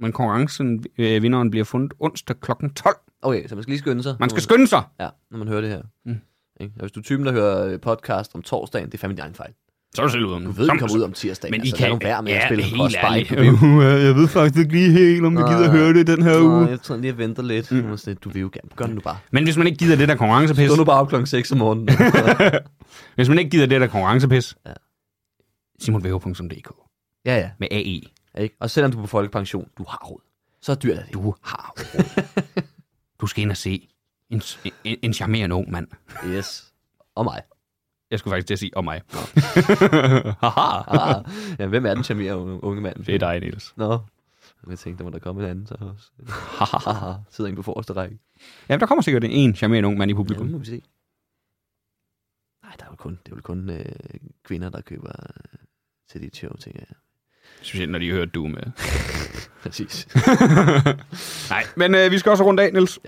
[SPEAKER 1] Men konkurrencen, øh, vinderen bliver fundet onsdag kl. 12.
[SPEAKER 3] Okay, så man skal lige skynde sig.
[SPEAKER 1] Man skal skynde sig.
[SPEAKER 3] Ja, når man hører det her. Mm.
[SPEAKER 1] Mm.
[SPEAKER 3] Og hvis du er typen, der hører øh, podcast om torsdagen, det er fandme din egen fejl.
[SPEAKER 1] Så er det selv ud om
[SPEAKER 3] Du ved, det kommer ud om tirsdagen.
[SPEAKER 1] Men I
[SPEAKER 3] altså,
[SPEAKER 1] kan-
[SPEAKER 3] lad nu være med at
[SPEAKER 1] ja,
[SPEAKER 3] spille
[SPEAKER 1] helt
[SPEAKER 3] crossbite.
[SPEAKER 1] ærligt.
[SPEAKER 5] Øhm, øh, Jeg ved faktisk ikke lige helt, om jeg gider
[SPEAKER 3] Nej.
[SPEAKER 5] høre det den her uge.
[SPEAKER 3] Nå, jeg tror lige, jeg venter lidt. Mm. Sådan, lidt, du vil jo gerne. Gør det nu bare.
[SPEAKER 1] Men hvis man ikke gider det der konkurrencepis,
[SPEAKER 3] Stå nu bare op klokken 6 om morgenen.
[SPEAKER 1] hvis man ikke gider det der konkurrencepis,
[SPEAKER 3] Ja.
[SPEAKER 1] ja. simonvækker.dk
[SPEAKER 3] ja, ja.
[SPEAKER 1] med E. AE.
[SPEAKER 3] ja ikke? Og selvom du er på folkepension, du har råd. Så dyrt er det.
[SPEAKER 1] Du har råd. Du skal ind og se en, en, en charmerende ung mand.
[SPEAKER 3] Yes. Og mig.
[SPEAKER 1] Jeg skulle faktisk til at sige, og mig.
[SPEAKER 3] Ah, ja, hvem er den charmerende unge mand?
[SPEAKER 1] Det er dig, Niels.
[SPEAKER 3] Nå. Jeg tænkte, der må der komme en anden så også. Sidder ikke på forreste række.
[SPEAKER 1] Ja, der kommer sikkert en charmerende ung mand i
[SPEAKER 3] Ja, nu
[SPEAKER 1] publikum.
[SPEAKER 3] må vi se. Nej, der er jo kun, det er jo kun øh, kvinder, der køber øh, til dit show, tænker jeg.
[SPEAKER 1] Specielt når de hører du med.
[SPEAKER 3] Præcis.
[SPEAKER 1] Nej, men øh, vi skal også rundt af, Niels.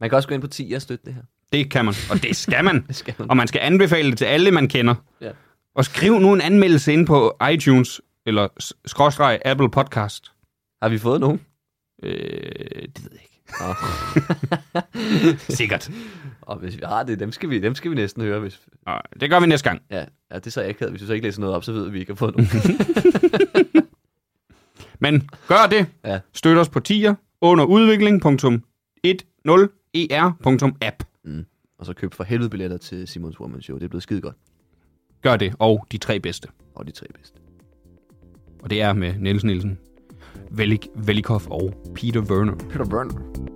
[SPEAKER 3] Man kan også gå ind på 10 og støtte det her.
[SPEAKER 1] Det kan man, og det skal man.
[SPEAKER 3] Det skal man.
[SPEAKER 1] Og man skal anbefale det til alle, man kender.
[SPEAKER 3] Ja.
[SPEAKER 1] Og skriv nu en anmeldelse ind på iTunes, eller s- skråstreg Apple Podcast.
[SPEAKER 3] Har vi fået nogen?
[SPEAKER 1] Øh, det ved jeg ikke.
[SPEAKER 3] Nå.
[SPEAKER 1] Sikkert.
[SPEAKER 3] og hvis vi har det, dem skal vi, dem skal vi næsten høre. Hvis,
[SPEAKER 1] Og det gør vi næste gang.
[SPEAKER 3] ja, ja, det er så akavet. Hvis vi så ikke læser noget op, så ved vi, at vi ikke har fået nogen.
[SPEAKER 1] Men gør det.
[SPEAKER 3] Ja.
[SPEAKER 1] Støt os på tier under E udvikling.10er.app.
[SPEAKER 3] og så køb for helvede billetter til Simons Woman Show. Det er blevet skide godt.
[SPEAKER 1] Gør det, og de tre bedste.
[SPEAKER 3] Og de tre bedste.
[SPEAKER 1] Og det er med Niels Nielsen, Velik Velikov og Peter Werner.
[SPEAKER 3] Peter Werner.